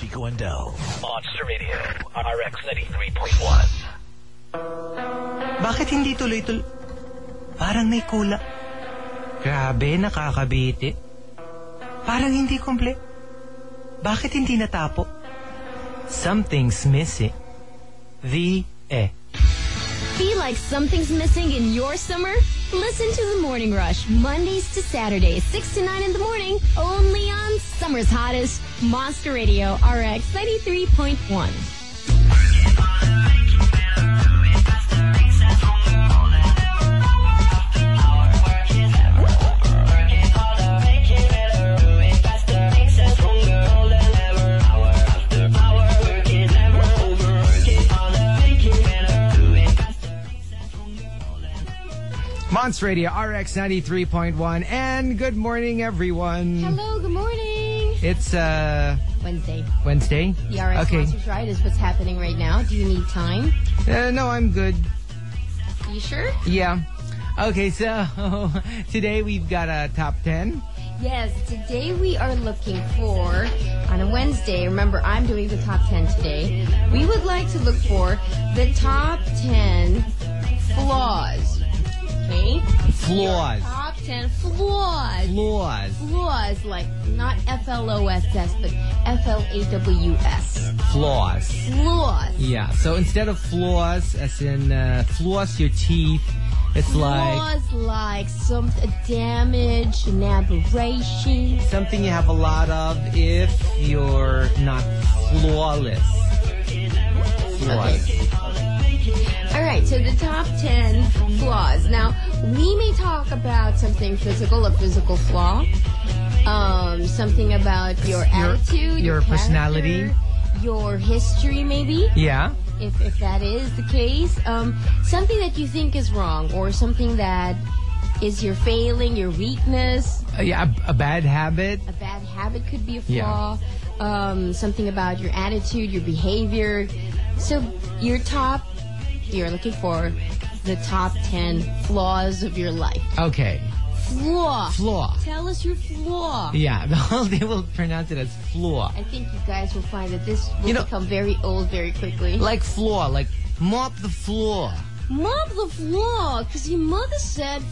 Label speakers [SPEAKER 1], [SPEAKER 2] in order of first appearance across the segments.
[SPEAKER 1] Rico and Del. Monster Radio, RX 93.1.
[SPEAKER 2] Bakit hindi tuloy-tuloy? Parang may kula. Grabe, nakakabiti. Parang hindi komple. Bakit hindi natapo? Something's missing. The eh.
[SPEAKER 3] Feel like something's missing in your summer? Listen to The Morning Rush, Mondays to Saturdays, 6 to 9 in the morning, only on Summer's Hottest, Monster Radio, RX 93.1.
[SPEAKER 4] Monster Radio RX 93.1 and good morning everyone.
[SPEAKER 3] Hello, good morning.
[SPEAKER 4] It's uh
[SPEAKER 3] Wednesday.
[SPEAKER 4] Wednesday.
[SPEAKER 3] The RX
[SPEAKER 4] okay.
[SPEAKER 3] Monsters Ride is what's happening right now. Do you need time?
[SPEAKER 4] Uh, no, I'm good.
[SPEAKER 3] You sure?
[SPEAKER 4] Yeah. Okay, so today we've got a top 10.
[SPEAKER 3] Yes, today we are looking for, on a Wednesday, remember I'm doing the top 10 today. We would like to look for the top 10 flaws. Okay?
[SPEAKER 4] Flaws.
[SPEAKER 3] Top 10 flaws.
[SPEAKER 4] Flaws.
[SPEAKER 3] Flaws, like not F L O S S, but F L A W S.
[SPEAKER 4] Flaws.
[SPEAKER 3] Flaws.
[SPEAKER 4] Yeah. So instead of flaws as in uh, floss your teeth, it's like
[SPEAKER 3] Flaws like some damage, an aberration.
[SPEAKER 4] something you have a lot of if you're not flawless. Flaws.
[SPEAKER 3] All right, so the top 10 flaws. Now, we may talk about something physical, a physical flaw, um, something about your, attitude,
[SPEAKER 4] your
[SPEAKER 3] character,
[SPEAKER 4] personality.
[SPEAKER 3] your history, maybe,
[SPEAKER 4] Yeah.
[SPEAKER 3] if, if that is the case. Um, something that you think is wrong, or something that is your failing, your weakness.
[SPEAKER 4] Uh, yeah. A, a bad habit.
[SPEAKER 3] A bad habit could be a
[SPEAKER 4] Yeah.
[SPEAKER 3] flaw, um, something about your attitude, your behavior. So, your top, you're looking for the top 10 flaws of your life.
[SPEAKER 4] Okay.
[SPEAKER 3] Flaw.
[SPEAKER 4] Flaw.
[SPEAKER 3] Tell us your flaw.
[SPEAKER 4] Yeah. Well, they will pronounce it as flaw.
[SPEAKER 3] I think you guys will find that this will
[SPEAKER 4] You know-
[SPEAKER 3] become very old very quickly.
[SPEAKER 4] Like floor, like mop the floor.
[SPEAKER 3] mop the floor, because your mother said,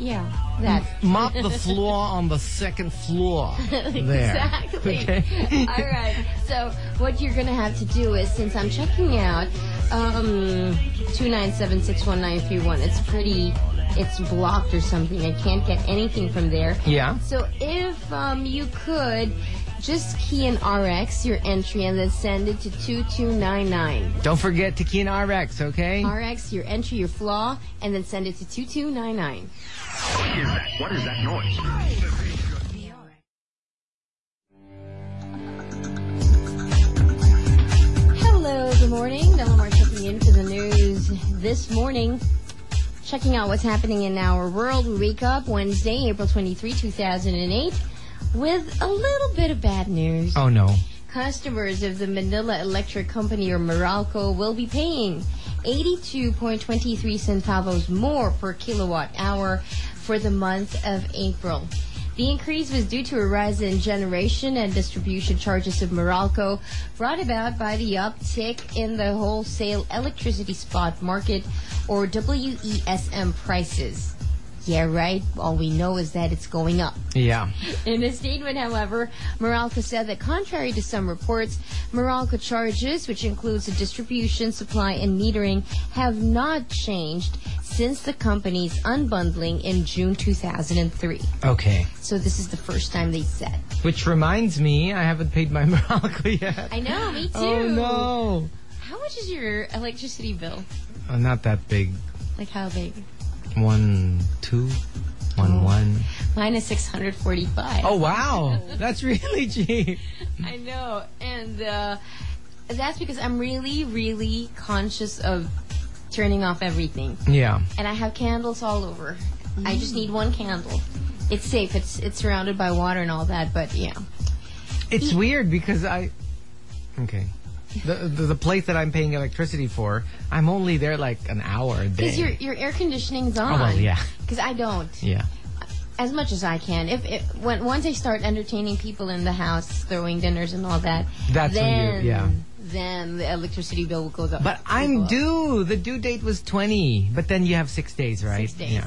[SPEAKER 3] yeah, that.
[SPEAKER 4] Mop the floor on the second floor. There.
[SPEAKER 3] Exactly.
[SPEAKER 4] Okay.
[SPEAKER 3] All right. So what you're gonna have to do is, since I'm checking out um, two nine seven six one nine three one, it's pretty, it's blocked or something. I can't get anything from there.
[SPEAKER 4] Yeah.
[SPEAKER 3] So if um, you could. Just key in RX, your entry, and then send it to 2299.
[SPEAKER 4] Don't forget to key in RX, okay?
[SPEAKER 3] RX, your entry, your flaw, and then send it to 2299.
[SPEAKER 5] What is that noise?
[SPEAKER 3] Hello, good morning. Delmar checking in for the news this morning. Checking out what's happening in our world. We wake up Wednesday, April 23, 2008, with a little bit of bad news.
[SPEAKER 4] Oh no.
[SPEAKER 3] Customers of the Manila Electric Company or Meralco will be paying 82.23 centavos more per kilowatt hour for the month of April. The increase was due to a rise in generation and distribution charges of Meralco brought about by the uptick in the wholesale electricity spot market or WESM prices. Yeah, right. All we know is that it's going up.
[SPEAKER 4] Yeah.
[SPEAKER 3] In a statement, however, Meralco said that contrary to some reports, Meralco charges, which includes the distribution, supply, and metering, have not changed since the company's unbundling in June 2003.
[SPEAKER 4] Okay.
[SPEAKER 3] So this is the first time they said.
[SPEAKER 4] Which reminds me, I haven't paid my Morocco yet.
[SPEAKER 3] I know, me too.
[SPEAKER 4] Oh no.
[SPEAKER 3] How much is your electricity bill?
[SPEAKER 4] Oh, not that big.
[SPEAKER 3] Like how big?
[SPEAKER 4] One, two,
[SPEAKER 3] Oh.
[SPEAKER 4] one, one.
[SPEAKER 3] Mine is 645.
[SPEAKER 4] Oh wow. That's really cheap.
[SPEAKER 3] I know, and uh, that's because I'm really, really conscious of turning off everything.
[SPEAKER 4] Yeah.
[SPEAKER 3] and I have candles all over. I just need one candle. It's safe. It's it's surrounded by water and all that, but yeah.
[SPEAKER 4] It's weird because I. Okay. The, the the place that I'm paying electricity for, I'm only there like an hour a day.
[SPEAKER 3] Because your your air conditioning's on.
[SPEAKER 4] well, Oh, yeah.
[SPEAKER 3] Because I don't.
[SPEAKER 4] yeah.
[SPEAKER 3] as much as I can. If, if when once I start entertaining people in the house, throwing dinners and all that,
[SPEAKER 4] That's when you-
[SPEAKER 3] then
[SPEAKER 4] yeah.
[SPEAKER 3] then the electricity bill will go up.
[SPEAKER 4] But
[SPEAKER 3] will
[SPEAKER 4] I'm
[SPEAKER 3] go up.
[SPEAKER 4] due. The due date was 20. But then you have six days, right?
[SPEAKER 3] Six days.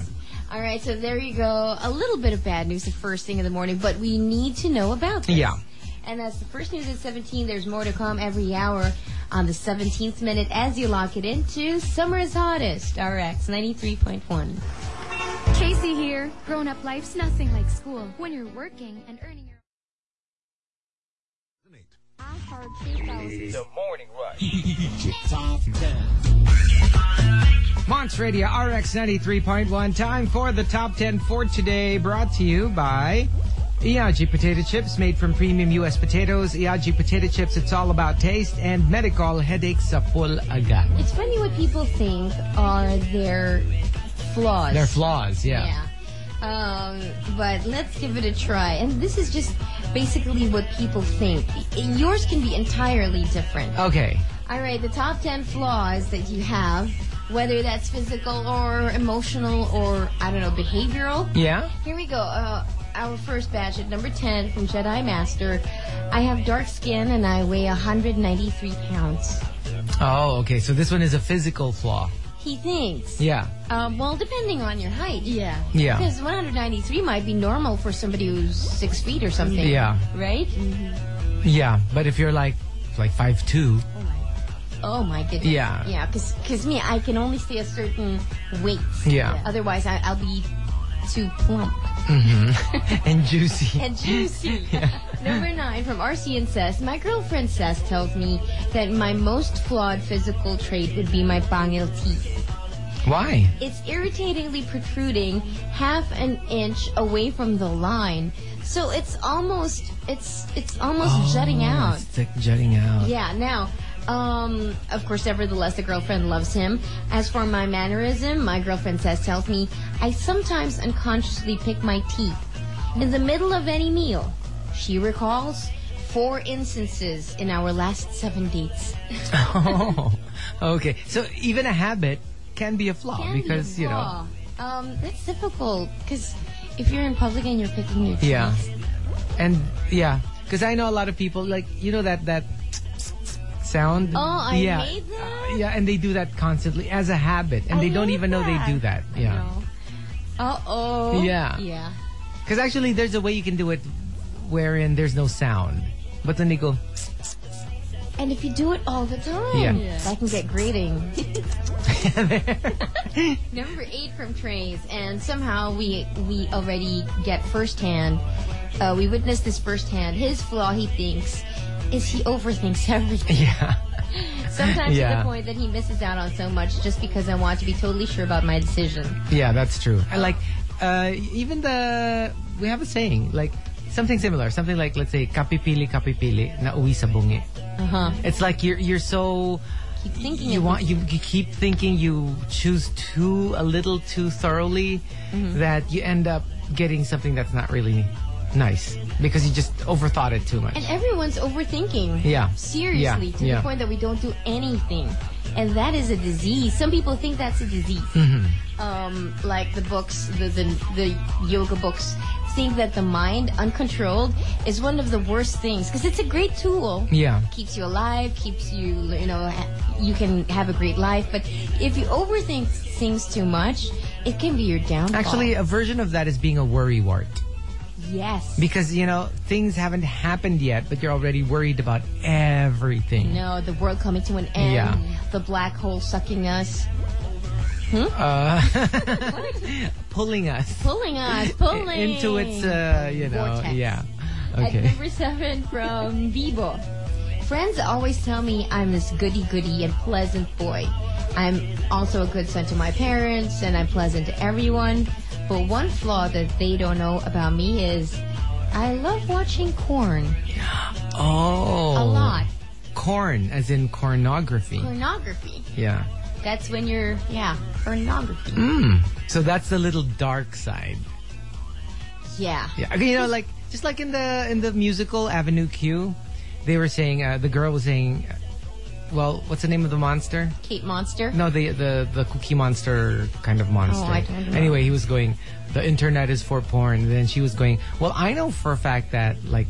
[SPEAKER 3] All right, so there you go. A little bit of bad news the first thing in the morning, but we need to know about this.
[SPEAKER 4] Yeah.
[SPEAKER 3] And that's the first news at 17. There's more to come every hour on the 17th minute as you lock it into Summer's Hottest, RX 93.1.
[SPEAKER 6] Casey here. Grown up life's nothing like school when you're working and earning your. I heard 2000.
[SPEAKER 1] The Morning Rush.
[SPEAKER 4] Monts Radio RX 93.1. Time for the top 10 for today, brought to you by Iaji Potato Chips, made from premium U.S. potatoes. Iaji Potato Chips, it's all about taste and medical headaches sa full agad.
[SPEAKER 3] It's funny what people think are their flaws.
[SPEAKER 4] Their flaws, yeah.
[SPEAKER 3] Yeah. Um, but let's give it a try. And this is just basically what people think. Yours can be entirely different.
[SPEAKER 4] Okay.
[SPEAKER 3] All right, the top 10 flaws that you have, whether that's physical or emotional or, I don't know, behavioral.
[SPEAKER 4] Yeah?
[SPEAKER 3] Here we go. Uh, our first batch at number 10 from Jedi Master. I have dark skin and I weigh 193 pounds.
[SPEAKER 4] Oh, okay. So this one is a physical flaw.
[SPEAKER 3] He thinks.
[SPEAKER 4] Yeah.
[SPEAKER 3] Um, well, depending on your height. Yeah.
[SPEAKER 4] Yeah.
[SPEAKER 3] Because 193 might be normal for somebody who's six feet or something.
[SPEAKER 4] Yeah.
[SPEAKER 3] Right?
[SPEAKER 4] Yeah. But if you're like, like 5'2,
[SPEAKER 3] Oh my goodness.
[SPEAKER 4] Yeah.
[SPEAKER 3] Yeah, because me, I can only stay a certain weight.
[SPEAKER 4] Yeah.
[SPEAKER 3] Otherwise, I, I'll be too plump
[SPEAKER 4] and juicy.
[SPEAKER 3] and juicy. Number nine from RCN says, My girlfriend says tells me that my most flawed physical trait would be my pangil teeth.
[SPEAKER 4] Why?
[SPEAKER 3] It's irritatingly protruding half an inch away from the line. So it's almost it's it's almost
[SPEAKER 4] Oh,
[SPEAKER 3] jutting out.
[SPEAKER 4] It's like jutting out.
[SPEAKER 3] Yeah, now, um, of course, nevertheless, the girlfriend loves him. As for my mannerism, my girlfriend says, tells me, I sometimes unconsciously pick my teeth in the middle of any meal. She recalls four instances in our last seven dates.
[SPEAKER 4] Oh, okay. So even a habit can be a flaw
[SPEAKER 3] Can be
[SPEAKER 4] because
[SPEAKER 3] a
[SPEAKER 4] you know.
[SPEAKER 3] flaw. Um, that's difficult because if you're in public and you're picking your teeth.
[SPEAKER 4] Yeah, and yeah, because I know a lot of people like you know that that sound.
[SPEAKER 3] Oh, I
[SPEAKER 4] yeah.
[SPEAKER 3] made that?
[SPEAKER 4] Yeah, and they do that constantly as a habit, and
[SPEAKER 3] I
[SPEAKER 4] they don't
[SPEAKER 3] made
[SPEAKER 4] even know they do that.
[SPEAKER 3] I
[SPEAKER 4] Yeah,
[SPEAKER 3] know. Uh-oh.
[SPEAKER 4] Yeah.
[SPEAKER 3] Yeah.
[SPEAKER 4] because actually, there's a way you can do it wherein there's no sound, but then they go.
[SPEAKER 3] And if you do it all the time,
[SPEAKER 4] Yeah.
[SPEAKER 3] that can get grating. Number eight from Trace, and somehow we we already get firsthand. Uh, we witnessed this firsthand. His flaw, he thinks, is he overthinks everything.
[SPEAKER 4] Yeah,
[SPEAKER 3] Sometimes to
[SPEAKER 4] Yeah.
[SPEAKER 3] the point that he misses out on so much just because I want to be totally sure about my decision.
[SPEAKER 4] yeah, that's true. I like uh, even the we have a saying like something similar, something like let's say kapipili kapipili na uwi sa bungi.
[SPEAKER 3] Uh huh.
[SPEAKER 4] It's like you're you're so
[SPEAKER 3] Keep thinking
[SPEAKER 4] you
[SPEAKER 3] of-
[SPEAKER 4] want you, you keep thinking you choose too a little too thoroughly
[SPEAKER 3] Mm-hmm.
[SPEAKER 4] that you end up getting something that's not really nice because you just overthought it too much.
[SPEAKER 3] And everyone's overthinking.
[SPEAKER 4] Yeah.
[SPEAKER 3] Seriously,
[SPEAKER 4] Yeah.
[SPEAKER 3] to
[SPEAKER 4] Yeah.
[SPEAKER 3] the point that we don't do anything. And that is a disease. Some people think that's a disease.
[SPEAKER 4] Mm-hmm.
[SPEAKER 3] Um, like the books, the, the, the yoga books, think that the mind, uncontrolled, is one of the worst things. Because it's a great tool.
[SPEAKER 4] yeah.
[SPEAKER 3] Keeps you alive, keeps you, you know, ha- you can have a great life. But if you overthink things too much, it can be your downfall.
[SPEAKER 4] Actually, uh, a version of that is being a worrywart
[SPEAKER 3] yes.
[SPEAKER 4] because you know things haven't happened yet, but you're already worried about everything.
[SPEAKER 3] No, the world coming to an end.
[SPEAKER 4] Yeah.
[SPEAKER 3] The black hole sucking us,
[SPEAKER 4] Uh, Pulling us
[SPEAKER 3] pulling us, pulling
[SPEAKER 4] into its, uh, you know,
[SPEAKER 3] Vortex.
[SPEAKER 4] yeah.
[SPEAKER 3] At
[SPEAKER 4] Okay.
[SPEAKER 3] number seven from Vivo. Friends always tell me I'm this goody goody and pleasant boy. I'm also a good son to my parents and I'm pleasant to everyone. But one flaw that they don't know about me is I love watching corn
[SPEAKER 4] Oh.
[SPEAKER 3] a lot.
[SPEAKER 4] Corn, as in cornography.
[SPEAKER 3] Pornography.
[SPEAKER 4] Yeah.
[SPEAKER 3] That's when you're, yeah, pornography.
[SPEAKER 4] Mm. So that's the little dark side.
[SPEAKER 3] Yeah.
[SPEAKER 4] Yeah, okay, you know, like just like in the in the musical Avenue Q, they were saying uh, the girl was saying, well, what's the name of the monster?
[SPEAKER 3] Cape Monster. Oh,
[SPEAKER 4] No, the the the cookie monster kind of monster.
[SPEAKER 3] I don't know.
[SPEAKER 4] Anyway, he was going. The internet is for porn. Then she was going. Well, I know for a fact that like.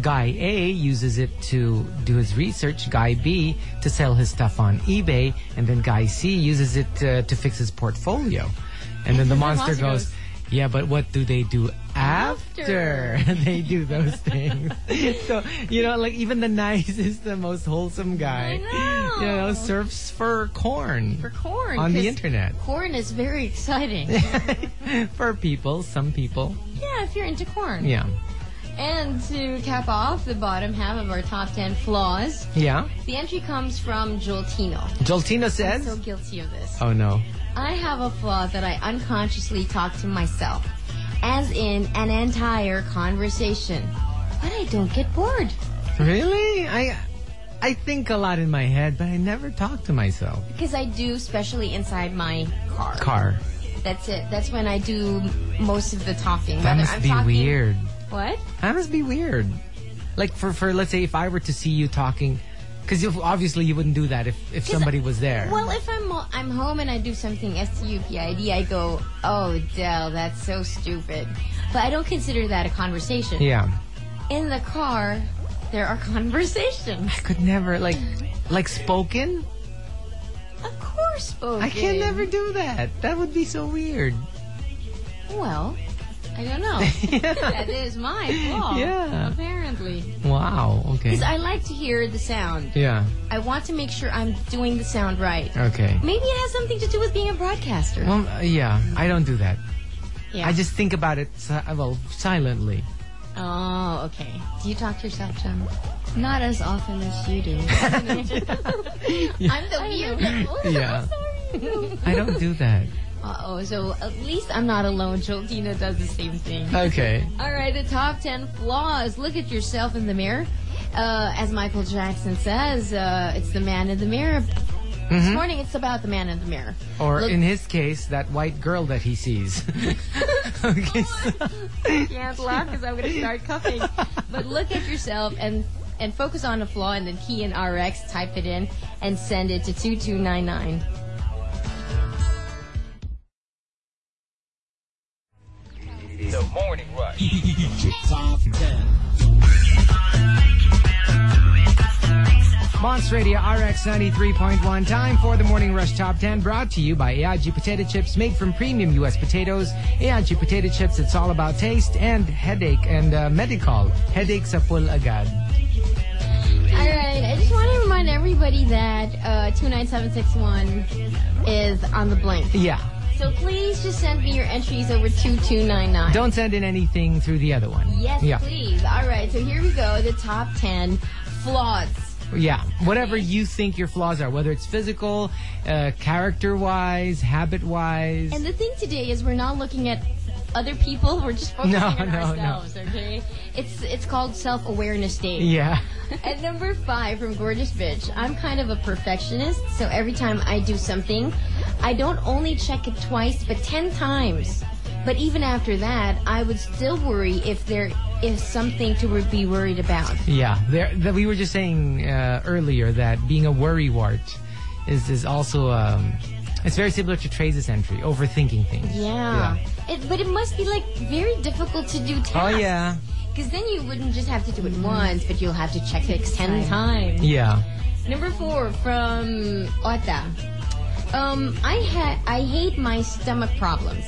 [SPEAKER 4] Guy A uses it to do his research. Guy B to sell his stuff on eBay, and then Guy C uses it uh, to fix his portfolio. And then the monster
[SPEAKER 3] monster
[SPEAKER 4] goes,
[SPEAKER 3] goes,
[SPEAKER 4] "Yeah, but what do they do after, they do those things?" so you know, like even the nicest, the most wholesome guy,
[SPEAKER 3] I
[SPEAKER 4] you know,
[SPEAKER 3] know.
[SPEAKER 4] surfs for corn.
[SPEAKER 3] For corn.
[SPEAKER 4] On the
[SPEAKER 3] 'cause
[SPEAKER 4] internet.
[SPEAKER 3] Corn is very exciting.
[SPEAKER 4] for people, some people.
[SPEAKER 3] yeah, if you're into corn.
[SPEAKER 4] Yeah.
[SPEAKER 3] And to cap off the bottom half of our top 10 flaws,
[SPEAKER 4] Yeah.
[SPEAKER 3] the entry comes from Joltino.
[SPEAKER 4] Joltina
[SPEAKER 3] I'm
[SPEAKER 4] says.
[SPEAKER 3] so guilty of this.
[SPEAKER 4] oh no.
[SPEAKER 3] I have a flaw that I unconsciously talk to myself, as in an entire conversation. But I don't get bored.
[SPEAKER 4] Really? I I think a lot in my head, but I never talk to myself.
[SPEAKER 3] Because I do, especially inside my car.
[SPEAKER 4] Car.
[SPEAKER 3] That's it. That's when I do most of the talking.
[SPEAKER 4] That
[SPEAKER 3] Whether
[SPEAKER 4] must
[SPEAKER 3] I'm
[SPEAKER 4] be
[SPEAKER 3] talking-
[SPEAKER 4] weird.
[SPEAKER 3] What?
[SPEAKER 4] That must be weird. Like for for let's say if I were to see you talking because obviously you wouldn't do that if, if
[SPEAKER 3] 'Cause-
[SPEAKER 4] somebody was there.
[SPEAKER 3] Well, if I'm mo- I'm home and I do something S-T-U-P-I-D, I go, oh, Dell, that's so stupid. But I don't consider that a conversation.
[SPEAKER 4] yeah.
[SPEAKER 3] In the car, there are conversations.
[SPEAKER 4] I could never like like spoken.
[SPEAKER 3] Of course, spoken.
[SPEAKER 4] I can never do that. That would be so weird.
[SPEAKER 3] Well, I don't know. that is my flaw.
[SPEAKER 4] Yeah.
[SPEAKER 3] Apparently.
[SPEAKER 4] Wow. Okay.
[SPEAKER 3] Because I like to hear the sound.
[SPEAKER 4] yeah.
[SPEAKER 3] I want to make sure I'm doing the sound right.
[SPEAKER 4] Okay.
[SPEAKER 3] Maybe it has something to do with being a broadcaster.
[SPEAKER 4] Well, uh, yeah, I don't do that.
[SPEAKER 3] yeah.
[SPEAKER 4] I just think about it, si- well, silently.
[SPEAKER 3] Oh, okay. Do you talk to yourself, John? Not as often as you do. I'm the weird one.
[SPEAKER 4] Yeah. I don't do that.
[SPEAKER 3] Uh oh, so at least I'm not alone. Joltina does the same thing.
[SPEAKER 4] Okay.
[SPEAKER 3] All right, the top 10 flaws. Look at yourself in the mirror. Uh, as Michael Jackson says, uh, it's the man in the mirror. This morning, it's about the man in the mirror.
[SPEAKER 4] Or
[SPEAKER 3] Look-
[SPEAKER 4] in his case, that white girl that he sees. okay. so-
[SPEAKER 3] can't laugh because I'm going to start coughing. But look at yourself and and focus on a flaw and then key in RX, type it in, and send it to 2299.
[SPEAKER 1] The Morning Rush.
[SPEAKER 4] Monster Radio RX 93.1. Time for the Morning Rush Top 10 brought to you by AIG Potato Chips made from premium U.S. potatoes. AIG Potato Chips, it's all about taste and headache and uh, medical. Headache sa full agad.
[SPEAKER 3] All right, I just want to remind everybody that uh, 29761 is on the blink.
[SPEAKER 4] Yeah.
[SPEAKER 3] So please just send me your entries over 2299.
[SPEAKER 4] Don't send in anything through the other one.
[SPEAKER 3] yes,
[SPEAKER 4] yeah.
[SPEAKER 3] please. All right, so here we go the top 10 flaws.
[SPEAKER 4] Yeah, whatever you think your flaws are, whether it's physical, uh, character wise, habit wise.
[SPEAKER 3] And the thing today is we're not looking at other people, we're just focusing
[SPEAKER 4] No,
[SPEAKER 3] on
[SPEAKER 4] no, no.
[SPEAKER 3] ourselves, okay? It's it's called self-awareness day.
[SPEAKER 4] yeah.
[SPEAKER 3] At number five from Gorgeous Bitch, I'm kind of a perfectionist, so every time I do something, I don't only check it twice, but ten times. But even after that, I would still worry if there is something to wor- be worried about.
[SPEAKER 4] Yeah. There, that we were just saying uh, earlier that being a worrywart is, is also, um, it's very similar to Trace's entry, overthinking things.
[SPEAKER 3] Yeah. It, but it must be like very difficult to do tasks.
[SPEAKER 4] Oh, yeah.
[SPEAKER 3] Because then you wouldn't just have to do it once, but you'll have to check it ten times.
[SPEAKER 4] Yeah.
[SPEAKER 3] Number four from Ota. Um, I ha- I hate my stomach problems.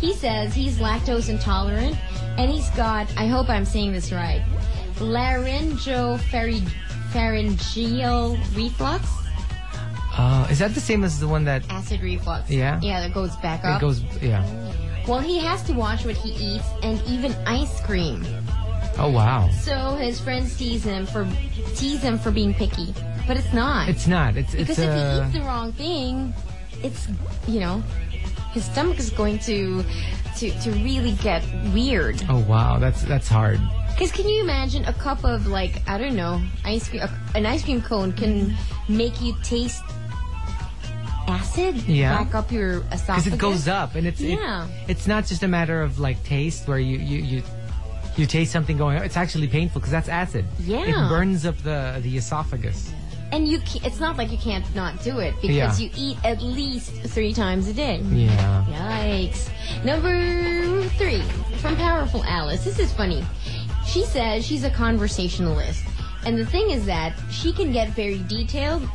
[SPEAKER 3] He says he's lactose intolerant, and he's got. I hope I'm saying this right. Laryngopharyngeal reflux,
[SPEAKER 4] Uh, is that the same as the one that
[SPEAKER 3] acid reflux.
[SPEAKER 4] Yeah.
[SPEAKER 3] yeah, that goes back
[SPEAKER 4] it
[SPEAKER 3] up.
[SPEAKER 4] goes, yeah.
[SPEAKER 3] well, he has to watch what he eats, and even ice cream.
[SPEAKER 4] Oh, wow.
[SPEAKER 3] So his friends tease him for tease him for being picky, but it's not.
[SPEAKER 4] It's not. It's, it's,
[SPEAKER 3] Because
[SPEAKER 4] uh,
[SPEAKER 3] if he eats the wrong thing, it's you know, his stomach is going to to to really get weird.
[SPEAKER 4] oh, wow. That's, that's hard.
[SPEAKER 3] Because can you imagine a cup of like I don't know ice cream? a- An ice cream cone can make you taste acid.
[SPEAKER 4] Yeah.
[SPEAKER 3] Back up your esophagus.
[SPEAKER 4] because it goes up and it's it-
[SPEAKER 3] Yeah.
[SPEAKER 4] it's not just a matter of like taste where you you you, you taste something going up. It's actually painful because that's acid.
[SPEAKER 3] Yeah.
[SPEAKER 4] it burns up the the esophagus.
[SPEAKER 3] And you, ca- it's not like you can't not do it because
[SPEAKER 4] Yeah.
[SPEAKER 3] you eat at least three times a day.
[SPEAKER 4] Yeah.
[SPEAKER 3] Yikes. Number three from Powerful Alice. This is funny. She says she's a conversationalist. And the thing is that she can get very detailed,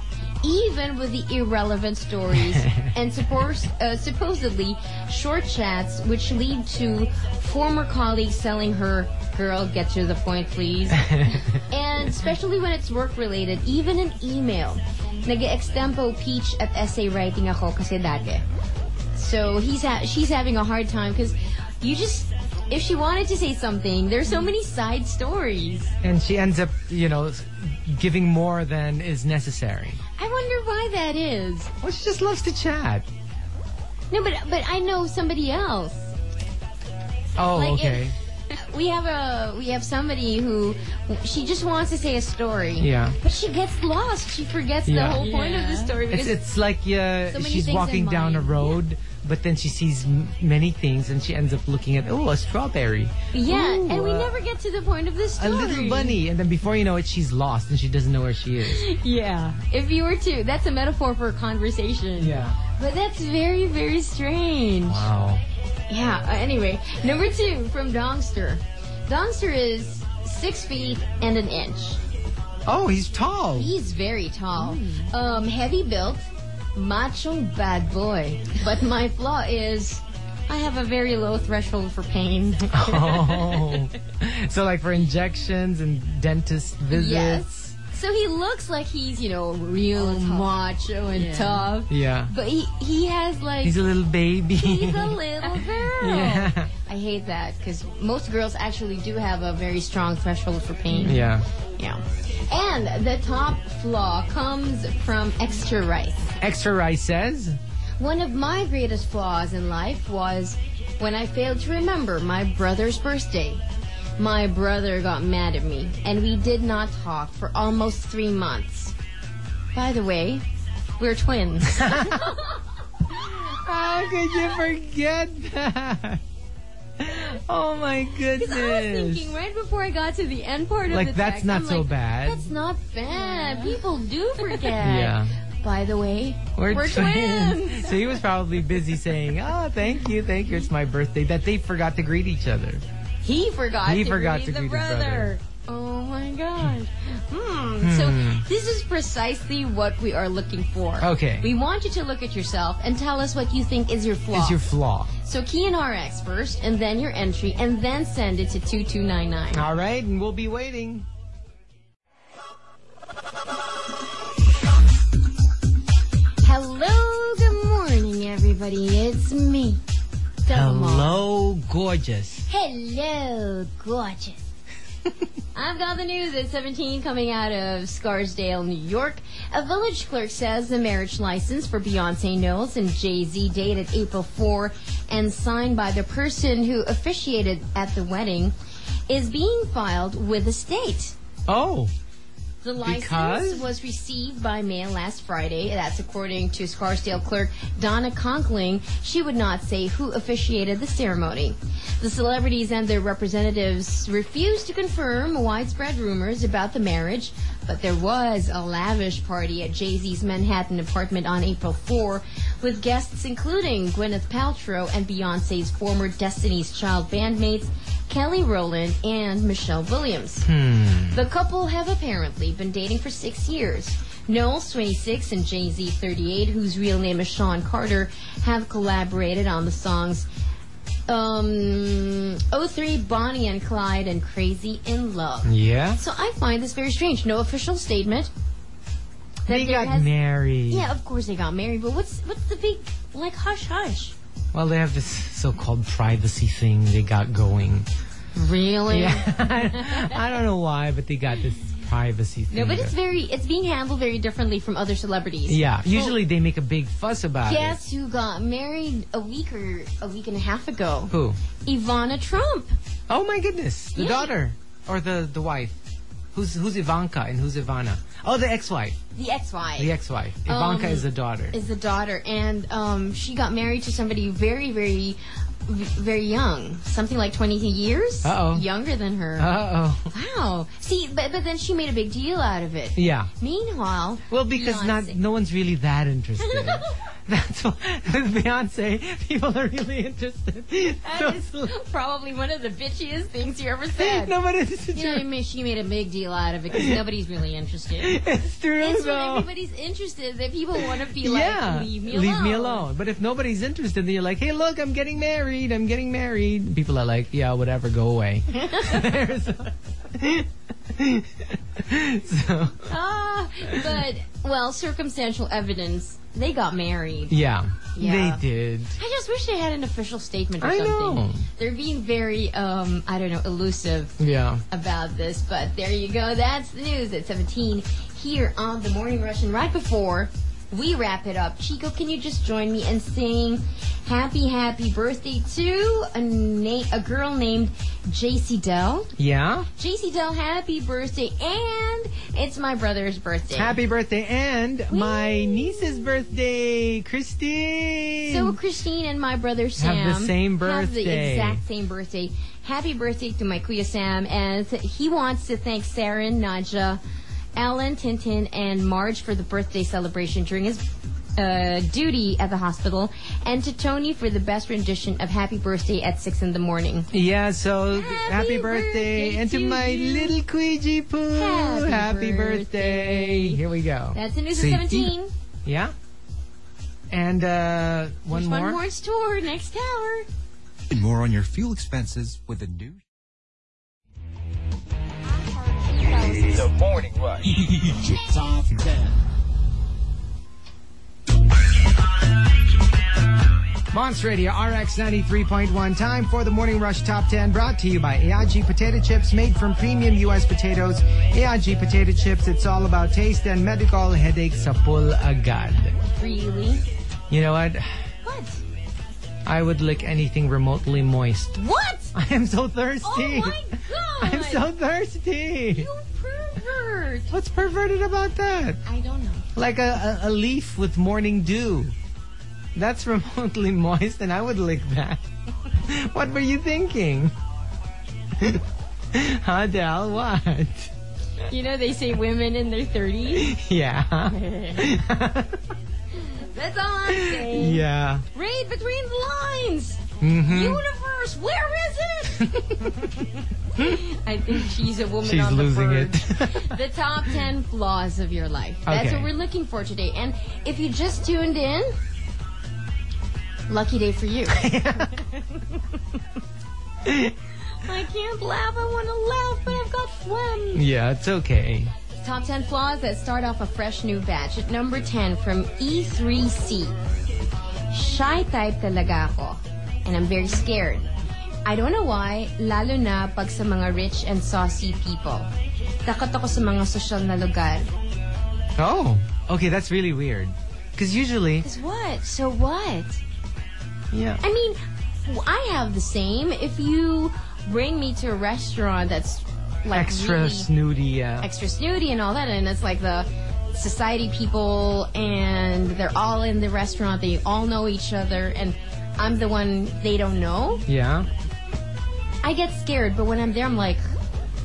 [SPEAKER 3] even with the irrelevant stories and suppos- uh, supposedly short chats, which lead to former colleagues telling her, Girl, get to the point, please. and especially when it's work related, even an email. Nag-extempo peach at essay writing ako kasi dati. So he's ha- she's having a hard time because you just if she wanted to say something, there's so many side stories.
[SPEAKER 4] And she ends up, you know, s- giving more than is necessary.
[SPEAKER 3] I wonder why that is.
[SPEAKER 4] Well, she just loves to chat.
[SPEAKER 3] No, but but I know somebody else.
[SPEAKER 4] Oh,
[SPEAKER 3] Like,
[SPEAKER 4] okay.
[SPEAKER 3] if- we have a we have somebody who she just wants to say a story.
[SPEAKER 4] Yeah.
[SPEAKER 3] But she gets lost. She forgets
[SPEAKER 4] Yeah.
[SPEAKER 3] the whole point of the
[SPEAKER 7] Yeah.
[SPEAKER 3] story
[SPEAKER 4] It's,
[SPEAKER 3] because
[SPEAKER 4] it's like uh,
[SPEAKER 3] so many
[SPEAKER 4] she's
[SPEAKER 3] things
[SPEAKER 4] walking
[SPEAKER 3] in
[SPEAKER 4] down a
[SPEAKER 3] mind.
[SPEAKER 4] road, but then she sees m- many things and she ends up looking at, oh, a strawberry,
[SPEAKER 3] yeah,
[SPEAKER 4] Ooh,
[SPEAKER 3] and we
[SPEAKER 4] uh,
[SPEAKER 3] never get to the point of the
[SPEAKER 4] a
[SPEAKER 3] story.
[SPEAKER 4] little bunny. And then before you know it, she's lost and she doesn't know where she is.
[SPEAKER 3] Yeah. If you were to, that's a metaphor for a conversation. But that's very very strange.
[SPEAKER 4] Wow.
[SPEAKER 3] Yeah, uh, anyway, number two from Dongster. Dongster is six feet and an inch.
[SPEAKER 4] Oh, he's tall.
[SPEAKER 3] He's very tall,
[SPEAKER 4] Hmm.
[SPEAKER 3] um, heavy built, macho bad boy. But my flaw is I have a very low threshold for pain.
[SPEAKER 4] oh. So, like for injections and dentist visits.
[SPEAKER 3] yes. So he looks like he's, you know, real macho and tough.
[SPEAKER 4] Yeah.
[SPEAKER 3] But he, he has like.
[SPEAKER 4] He's a little baby.
[SPEAKER 3] He's a little girl.
[SPEAKER 4] Yeah.
[SPEAKER 3] I hate that because most girls actually do have a very strong threshold for pain.
[SPEAKER 4] yeah.
[SPEAKER 3] Yeah. And the top flaw comes from extra rice.
[SPEAKER 4] Extra rice says.
[SPEAKER 3] One of my greatest flaws in life was when I failed to remember my brother's birthday. My brother got mad at me, and we did not talk for almost three months. By the way, we're twins.
[SPEAKER 4] How could you forget that? Oh my goodness.
[SPEAKER 3] Because I was thinking right before I got to the end part of
[SPEAKER 4] Like,
[SPEAKER 3] the
[SPEAKER 4] that's
[SPEAKER 3] text,
[SPEAKER 4] not
[SPEAKER 3] I'm
[SPEAKER 4] so
[SPEAKER 3] like,
[SPEAKER 4] bad.
[SPEAKER 3] That's not bad. People do forget.
[SPEAKER 4] Yeah.
[SPEAKER 3] By the way, we're twins.
[SPEAKER 4] so he was probably busy saying, "Oh, thank you, thank you. It's my birthday." That they forgot to greet each other.
[SPEAKER 3] He forgot.
[SPEAKER 4] He
[SPEAKER 3] to
[SPEAKER 4] forgot
[SPEAKER 3] greet
[SPEAKER 4] to
[SPEAKER 3] the
[SPEAKER 4] greet his
[SPEAKER 3] brother.
[SPEAKER 4] brother.
[SPEAKER 3] Oh my gosh. Hmm. So this is precisely what we are looking for.
[SPEAKER 4] Okay.
[SPEAKER 3] We want you to look at yourself and tell us what you think is your flaw.
[SPEAKER 4] It's your flaw.
[SPEAKER 3] so key in RX first, and then your entry, and then send it to two two nine nine.
[SPEAKER 4] All right, and we'll be waiting.
[SPEAKER 3] Hello. Good morning, everybody. It's me. Hello.
[SPEAKER 4] gorgeous.
[SPEAKER 3] Hello, gorgeous. I've got the news at 17 coming out of Scarsdale, New York. A village clerk says the marriage license for Beyonce Knowles and Jay Z dated April 4 and signed by the person who officiated at the wedding is being filed with the state.
[SPEAKER 4] Oh,
[SPEAKER 3] The license
[SPEAKER 4] Because?
[SPEAKER 3] was received by mail last Friday. That's according to Scarsdale clerk Donna Conkling. She would not say who officiated the ceremony. The celebrities and their representatives refused to confirm widespread rumors about the marriage, but there was a lavish party at Jay Z's Manhattan apartment on April 4 with guests including Gwyneth Paltrow and Beyonce's former Destiny's Child bandmates. Kelly Rowland and Michelle Williams. The couple have apparently been dating for six years. Knowles, 26, and Jay Z, 38, whose real name is Sean Carter, have collaborated on the songs um, 03, Bonnie and Clyde, and Crazy in Love.
[SPEAKER 4] yeah.
[SPEAKER 3] So I find this very strange. No official statement. that
[SPEAKER 4] They
[SPEAKER 3] there
[SPEAKER 4] got
[SPEAKER 3] has-
[SPEAKER 4] married.
[SPEAKER 3] Yeah, of course they got married, but what's what's the big like hush hush?
[SPEAKER 4] Well, they have this so-called privacy thing they got going.
[SPEAKER 3] Really?
[SPEAKER 4] Yeah. I don't know why, but they got this privacy thing.
[SPEAKER 3] No, but it's
[SPEAKER 4] going.
[SPEAKER 3] very it's being handled very differently from other celebrities.
[SPEAKER 4] yeah. Usually they make a big fuss about
[SPEAKER 3] Guess who got married a week or a week and a half ago?
[SPEAKER 4] it. Who?
[SPEAKER 3] Ivana Trump.
[SPEAKER 4] Oh my goodness, the
[SPEAKER 3] Yeah.
[SPEAKER 4] daughter or the the wife. Who's who's Ivanka and who's Ivana? Oh, the ex-wife.
[SPEAKER 3] The ex-wife
[SPEAKER 4] The ex-wife. Ivanka
[SPEAKER 3] Um,
[SPEAKER 4] is the daughter.
[SPEAKER 3] is the daughter, and um, she got married to somebody very, very v- very young, something like 20 years
[SPEAKER 4] Uh-oh.
[SPEAKER 3] younger than her.
[SPEAKER 4] Uh oh.
[SPEAKER 3] Wow. See, but, but then she made a big deal out of it.
[SPEAKER 4] Yeah.
[SPEAKER 3] Meanwhile,
[SPEAKER 4] Well, because not
[SPEAKER 3] Beyonce-
[SPEAKER 4] no one's really that interested. That's why with Beyonce, people are really interested.
[SPEAKER 3] that is probably one of the bitchiest things you ever said.
[SPEAKER 4] no, but it's true.
[SPEAKER 3] You know what I mean? She made a big deal out of it because nobody's really interested.
[SPEAKER 4] it's true
[SPEAKER 3] It's when
[SPEAKER 4] though.
[SPEAKER 3] everybody's interested that people want to be like,
[SPEAKER 4] yeah,
[SPEAKER 3] leave me
[SPEAKER 4] leave me alone. But if nobody's interested, then you're like, "Hey, look, I'm getting married. I'm getting married." People are like, "Yeah, whatever, go away." There's- so
[SPEAKER 3] Ah, but, well, circumstantial evidence. They got married.
[SPEAKER 4] yeah,
[SPEAKER 3] Yeah.
[SPEAKER 4] they did.
[SPEAKER 3] I just wish they had an official statement or
[SPEAKER 4] I
[SPEAKER 3] something.
[SPEAKER 4] know.
[SPEAKER 3] They're being very, um, I don't know, elusive
[SPEAKER 4] Yeah.
[SPEAKER 3] about this, but there you go. That's the news at 17 here on The Morning Rush. And right before we wrap it up, Chico, can you just join me and sing Happy, Happy Birthday to a, na- a girl named JC Dell?
[SPEAKER 4] Yeah.
[SPEAKER 3] JC Dell, happy birthday, and it's my brother's birthday.
[SPEAKER 4] Happy birthday and my niece's birthday, Christine.
[SPEAKER 3] So Christine and my brother Sam
[SPEAKER 4] the same
[SPEAKER 3] have the
[SPEAKER 4] birthday.
[SPEAKER 3] exact same birthday. Happy birthday to my kuya Sam, and he wants to thank Sarah, Naja, Alan, Tintin, and Marge for the birthday celebration during his uh, duty at the hospital, and to Tony for the best rendition of Happy Birthday at six in the morning.
[SPEAKER 4] yeah, so happy,
[SPEAKER 3] Happy
[SPEAKER 4] birthday,
[SPEAKER 3] birthday
[SPEAKER 4] and to,
[SPEAKER 3] to
[SPEAKER 4] my
[SPEAKER 3] you.
[SPEAKER 4] little Queegee Poo.
[SPEAKER 3] Happy
[SPEAKER 4] birthday.
[SPEAKER 3] birthday.
[SPEAKER 4] Here we go.
[SPEAKER 3] That's the news
[SPEAKER 4] See?
[SPEAKER 3] at seventeen.
[SPEAKER 4] Yeah. And uh, one
[SPEAKER 3] There's
[SPEAKER 4] more.
[SPEAKER 3] One more store next hour.
[SPEAKER 7] And more on your fuel expenses with the new
[SPEAKER 1] The Morning Rush.
[SPEAKER 4] Monster Radio RX 93.1. Time for the Morning Rush Top 10 brought to you by AIG Potato Chips made from premium U.S. potatoes. AIG Potato Chips, it's all about taste and medical headache sa pul agad.
[SPEAKER 3] Really?
[SPEAKER 4] You know what?
[SPEAKER 3] What?
[SPEAKER 4] I would lick anything remotely moist.
[SPEAKER 3] What?
[SPEAKER 4] I am so thirsty.
[SPEAKER 3] Oh my god!
[SPEAKER 4] I'm so thirsty.
[SPEAKER 3] You pervert!
[SPEAKER 4] What's perverted about that?
[SPEAKER 3] I don't know.
[SPEAKER 4] Like a, a, a leaf with morning dew. That's remotely moist, and I would lick that. what were you thinking? huh, Dal? What?
[SPEAKER 3] You know, they say women in their 30s.
[SPEAKER 4] Yeah.
[SPEAKER 3] That's all I'm saying.
[SPEAKER 4] yeah.
[SPEAKER 3] Read between the lines.
[SPEAKER 4] hmm
[SPEAKER 3] Universe, where is it? I think she's a woman
[SPEAKER 4] She's
[SPEAKER 3] on the
[SPEAKER 4] losing
[SPEAKER 3] verge.
[SPEAKER 4] it.
[SPEAKER 3] the top 10 flaws of your life. That's
[SPEAKER 4] Okay.
[SPEAKER 3] what we're looking for today. And if you just tuned in, lucky day for you. I can't laugh. I want to laugh, but I've got phlegm.
[SPEAKER 4] yeah, it's okay.
[SPEAKER 3] Top 10 flaws that start off a fresh new batch. At number 10 from E3C. Shy type talaga ako. And I'm very scared. I don't know why, lalo na pag sa mga rich and saucy people. Takot ako sa mga social na lugar.
[SPEAKER 4] Oh, okay, that's really weird. Because usually,
[SPEAKER 3] Is what? So what?
[SPEAKER 4] yeah.
[SPEAKER 3] I mean, w- I have the same. If you bring me to a restaurant that's like
[SPEAKER 4] Extra
[SPEAKER 3] really
[SPEAKER 4] snooty, uh,
[SPEAKER 3] extra snooty and all that, and it's like the society people, and they're all in the restaurant. They all know each other, and I'm the one they don't know.
[SPEAKER 4] yeah,
[SPEAKER 3] I get scared, but when I'm there, I'm like,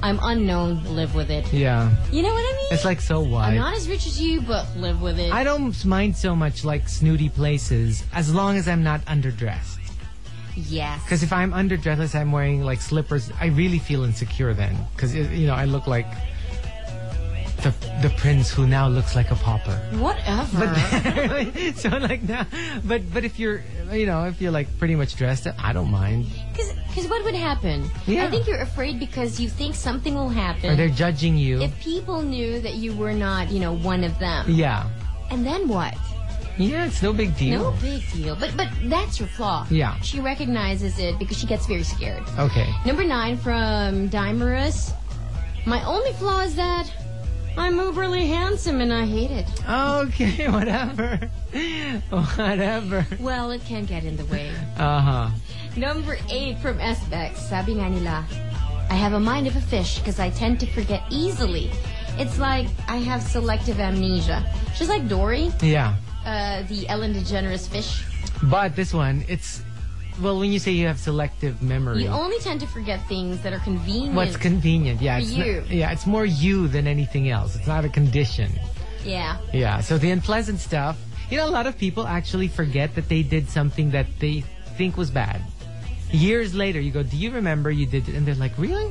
[SPEAKER 3] I'm unknown. Live with it.
[SPEAKER 4] yeah.
[SPEAKER 3] You know what I mean?
[SPEAKER 4] It's like so
[SPEAKER 3] I'm
[SPEAKER 4] wide.
[SPEAKER 3] not as rich as you, but live with it.
[SPEAKER 4] I don't mind so much like snooty places as long as I'm not underdressed.
[SPEAKER 3] yes.
[SPEAKER 4] Because if I'm underdressed, let's say I'm wearing like slippers, I really feel insecure then. Because you know I look like the the prince who now looks like a pauper.
[SPEAKER 3] Whatever.
[SPEAKER 4] so like now, but but if you're you know if you're like pretty much dressed, up, I don't mind.
[SPEAKER 3] Because what would happen?
[SPEAKER 4] Yeah.
[SPEAKER 3] I think you're afraid because you think something
[SPEAKER 4] Or
[SPEAKER 3] will
[SPEAKER 4] they're
[SPEAKER 3] happen.
[SPEAKER 4] judging you.
[SPEAKER 3] If people knew that you were not, you know, one of them,
[SPEAKER 4] yeah,
[SPEAKER 3] and then what?
[SPEAKER 4] yeah, it's no big deal.
[SPEAKER 3] No big deal. But but that's her flaw.
[SPEAKER 4] Yeah.
[SPEAKER 3] She recognizes it because she gets very scared.
[SPEAKER 4] Okay.
[SPEAKER 3] Number nine from Dimerus. My only flaw is that I'm overly handsome and I hate it.
[SPEAKER 4] Okay. Whatever. whatever.
[SPEAKER 3] Well, it can get in the way.
[SPEAKER 4] Uh huh.
[SPEAKER 3] Number eight from SBEX. Sabi nga nila, I have a mind of a fish because I tend to forget easily. It's like I have selective amnesia. She's like Dory,
[SPEAKER 4] Yeah.
[SPEAKER 3] uh, the Ellen DeGeneres fish.
[SPEAKER 4] But this one, it's well, when you say you have selective memory,
[SPEAKER 3] You only tend to forget things that are convenient.
[SPEAKER 4] what's convenient? Yeah, it's
[SPEAKER 3] you.
[SPEAKER 4] Not, yeah, it's more you than anything else. It's not a condition.
[SPEAKER 3] yeah.
[SPEAKER 4] Yeah. So the unpleasant stuff. You know, a lot of people actually forget that they did something that they think was bad. Years later, you go, "Do you remember you did?" it?" And they're like, "Really?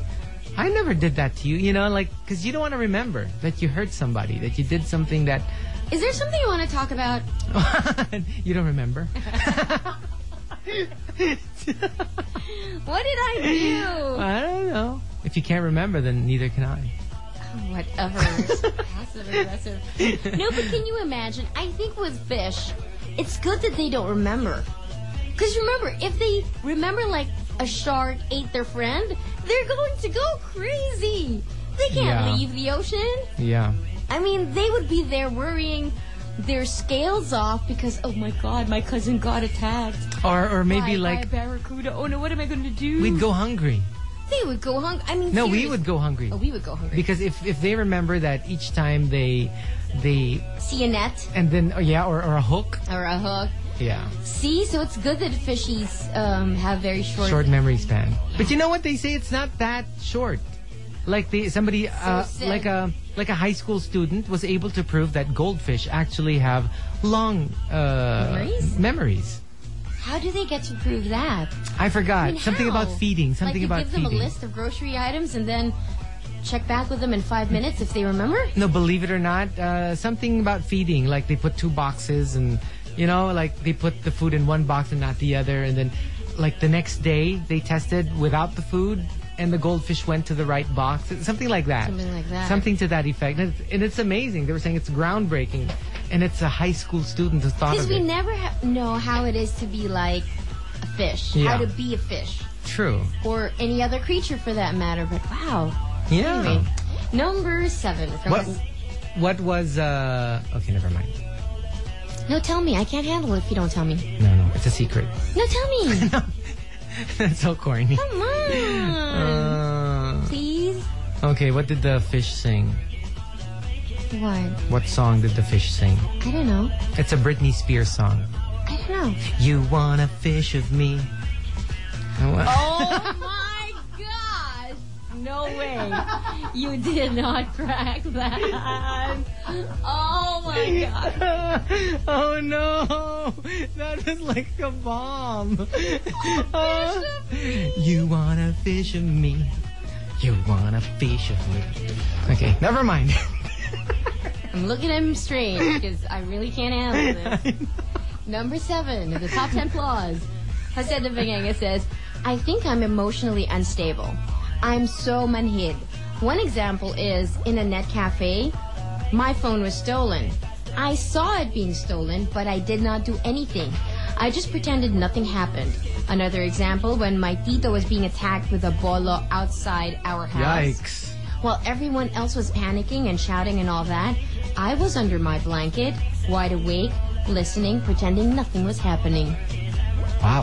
[SPEAKER 4] I never did that to you." You know, like because you don't want to remember that you hurt somebody, that you did something that
[SPEAKER 3] Is there something you want to talk about?
[SPEAKER 4] you don't remember.
[SPEAKER 3] What did I do?
[SPEAKER 4] I don't know. If you can't remember, then neither can I.
[SPEAKER 3] Whatever. Passive aggressive. No, but can you imagine? I think with fish, it's good that they don't remember. Because remember, if they remember like a shark ate their friend, they're going to go crazy. They can't
[SPEAKER 4] Yeah.
[SPEAKER 3] leave the ocean.
[SPEAKER 4] Yeah.
[SPEAKER 3] I mean, they would be there worrying their scales off because, oh my god, my cousin got attacked.
[SPEAKER 4] Or or maybe
[SPEAKER 3] by,
[SPEAKER 4] like
[SPEAKER 3] by a barracuda. Oh no, what am I going to do?
[SPEAKER 4] we'd go hungry.
[SPEAKER 3] They would go hungry. I mean,
[SPEAKER 4] No, we
[SPEAKER 3] serious-
[SPEAKER 4] would go hungry.
[SPEAKER 3] Oh, we would go hungry.
[SPEAKER 4] Because if if they remember that each time they they
[SPEAKER 3] See a net
[SPEAKER 4] and then oh yeah or, or a hook
[SPEAKER 3] or a hook.
[SPEAKER 4] yeah
[SPEAKER 3] See, so it's good that fishies um, have very short.
[SPEAKER 4] short memory span. But you know what they say? It's not that short. Like the somebody uh,
[SPEAKER 3] sad.
[SPEAKER 4] like a like a high school student was able to prove that goldfish actually have long uh,
[SPEAKER 3] Memories?
[SPEAKER 4] memories.
[SPEAKER 3] How do they get to prove that?
[SPEAKER 4] I forgot
[SPEAKER 3] I mean,
[SPEAKER 4] Uh, something
[SPEAKER 3] how?
[SPEAKER 4] about feeding. Something
[SPEAKER 3] like you
[SPEAKER 4] about
[SPEAKER 3] give them
[SPEAKER 4] feeding.
[SPEAKER 3] a list of grocery items and then check back with them in
[SPEAKER 4] Mm.
[SPEAKER 3] five minutes if they remember.
[SPEAKER 4] No, believe it or not, uh, something about feeding. Like they put two boxes, and you know, like they put the food in one box and not the other, and then like the next day they tested without the food, and the goldfish went to the right box. It's Something like that.
[SPEAKER 3] Something like that.
[SPEAKER 4] Something to that effect. And it's, and it's amazing. They were saying it's groundbreaking, and it's a high school student who thought
[SPEAKER 3] Because
[SPEAKER 4] of
[SPEAKER 3] we
[SPEAKER 4] it.
[SPEAKER 3] never ha- know how it is to be like a fish,
[SPEAKER 4] Yeah.
[SPEAKER 3] how to be a fish,
[SPEAKER 4] True.
[SPEAKER 3] or any other creature for that matter. But wow.
[SPEAKER 4] Yeah.
[SPEAKER 3] Anyway, number seven. From
[SPEAKER 4] What?
[SPEAKER 3] us-
[SPEAKER 4] What was? uh Okay, never mind.
[SPEAKER 3] No, tell me. I can't handle it if you don't tell me.
[SPEAKER 4] No, no, it's a secret.
[SPEAKER 3] No, tell me.
[SPEAKER 4] That's so corny.
[SPEAKER 3] Come on.
[SPEAKER 4] Uh,
[SPEAKER 3] Please.
[SPEAKER 4] okay, what did the fish sing?
[SPEAKER 3] What?
[SPEAKER 4] What song did the fish sing?
[SPEAKER 3] I don't know.
[SPEAKER 4] It's a Britney Spears song.
[SPEAKER 3] I don't know.
[SPEAKER 4] You wanna fish with me? I wa-
[SPEAKER 3] Oh my gosh! No way. You did not crack that. Oh my god.
[SPEAKER 4] oh no! That was like a bomb. Oh. you wanna fish of me? You wanna fish of me? Okay, never mind.
[SPEAKER 3] I'm looking at him strange because I really can't handle this. Number seven of the top ten flaws. Hassan Devanganga says, I think I'm emotionally unstable. I'm so manhid. One example is in a net cafe, my phone was stolen. I saw it being stolen, but I did not do anything. I just pretended nothing happened. Another example, when my tito was being attacked with a bolo outside our house.
[SPEAKER 4] Yikes.
[SPEAKER 3] While everyone else was panicking and shouting and all that, I was under my blanket, wide awake, listening, pretending nothing was happening.
[SPEAKER 4] Wow.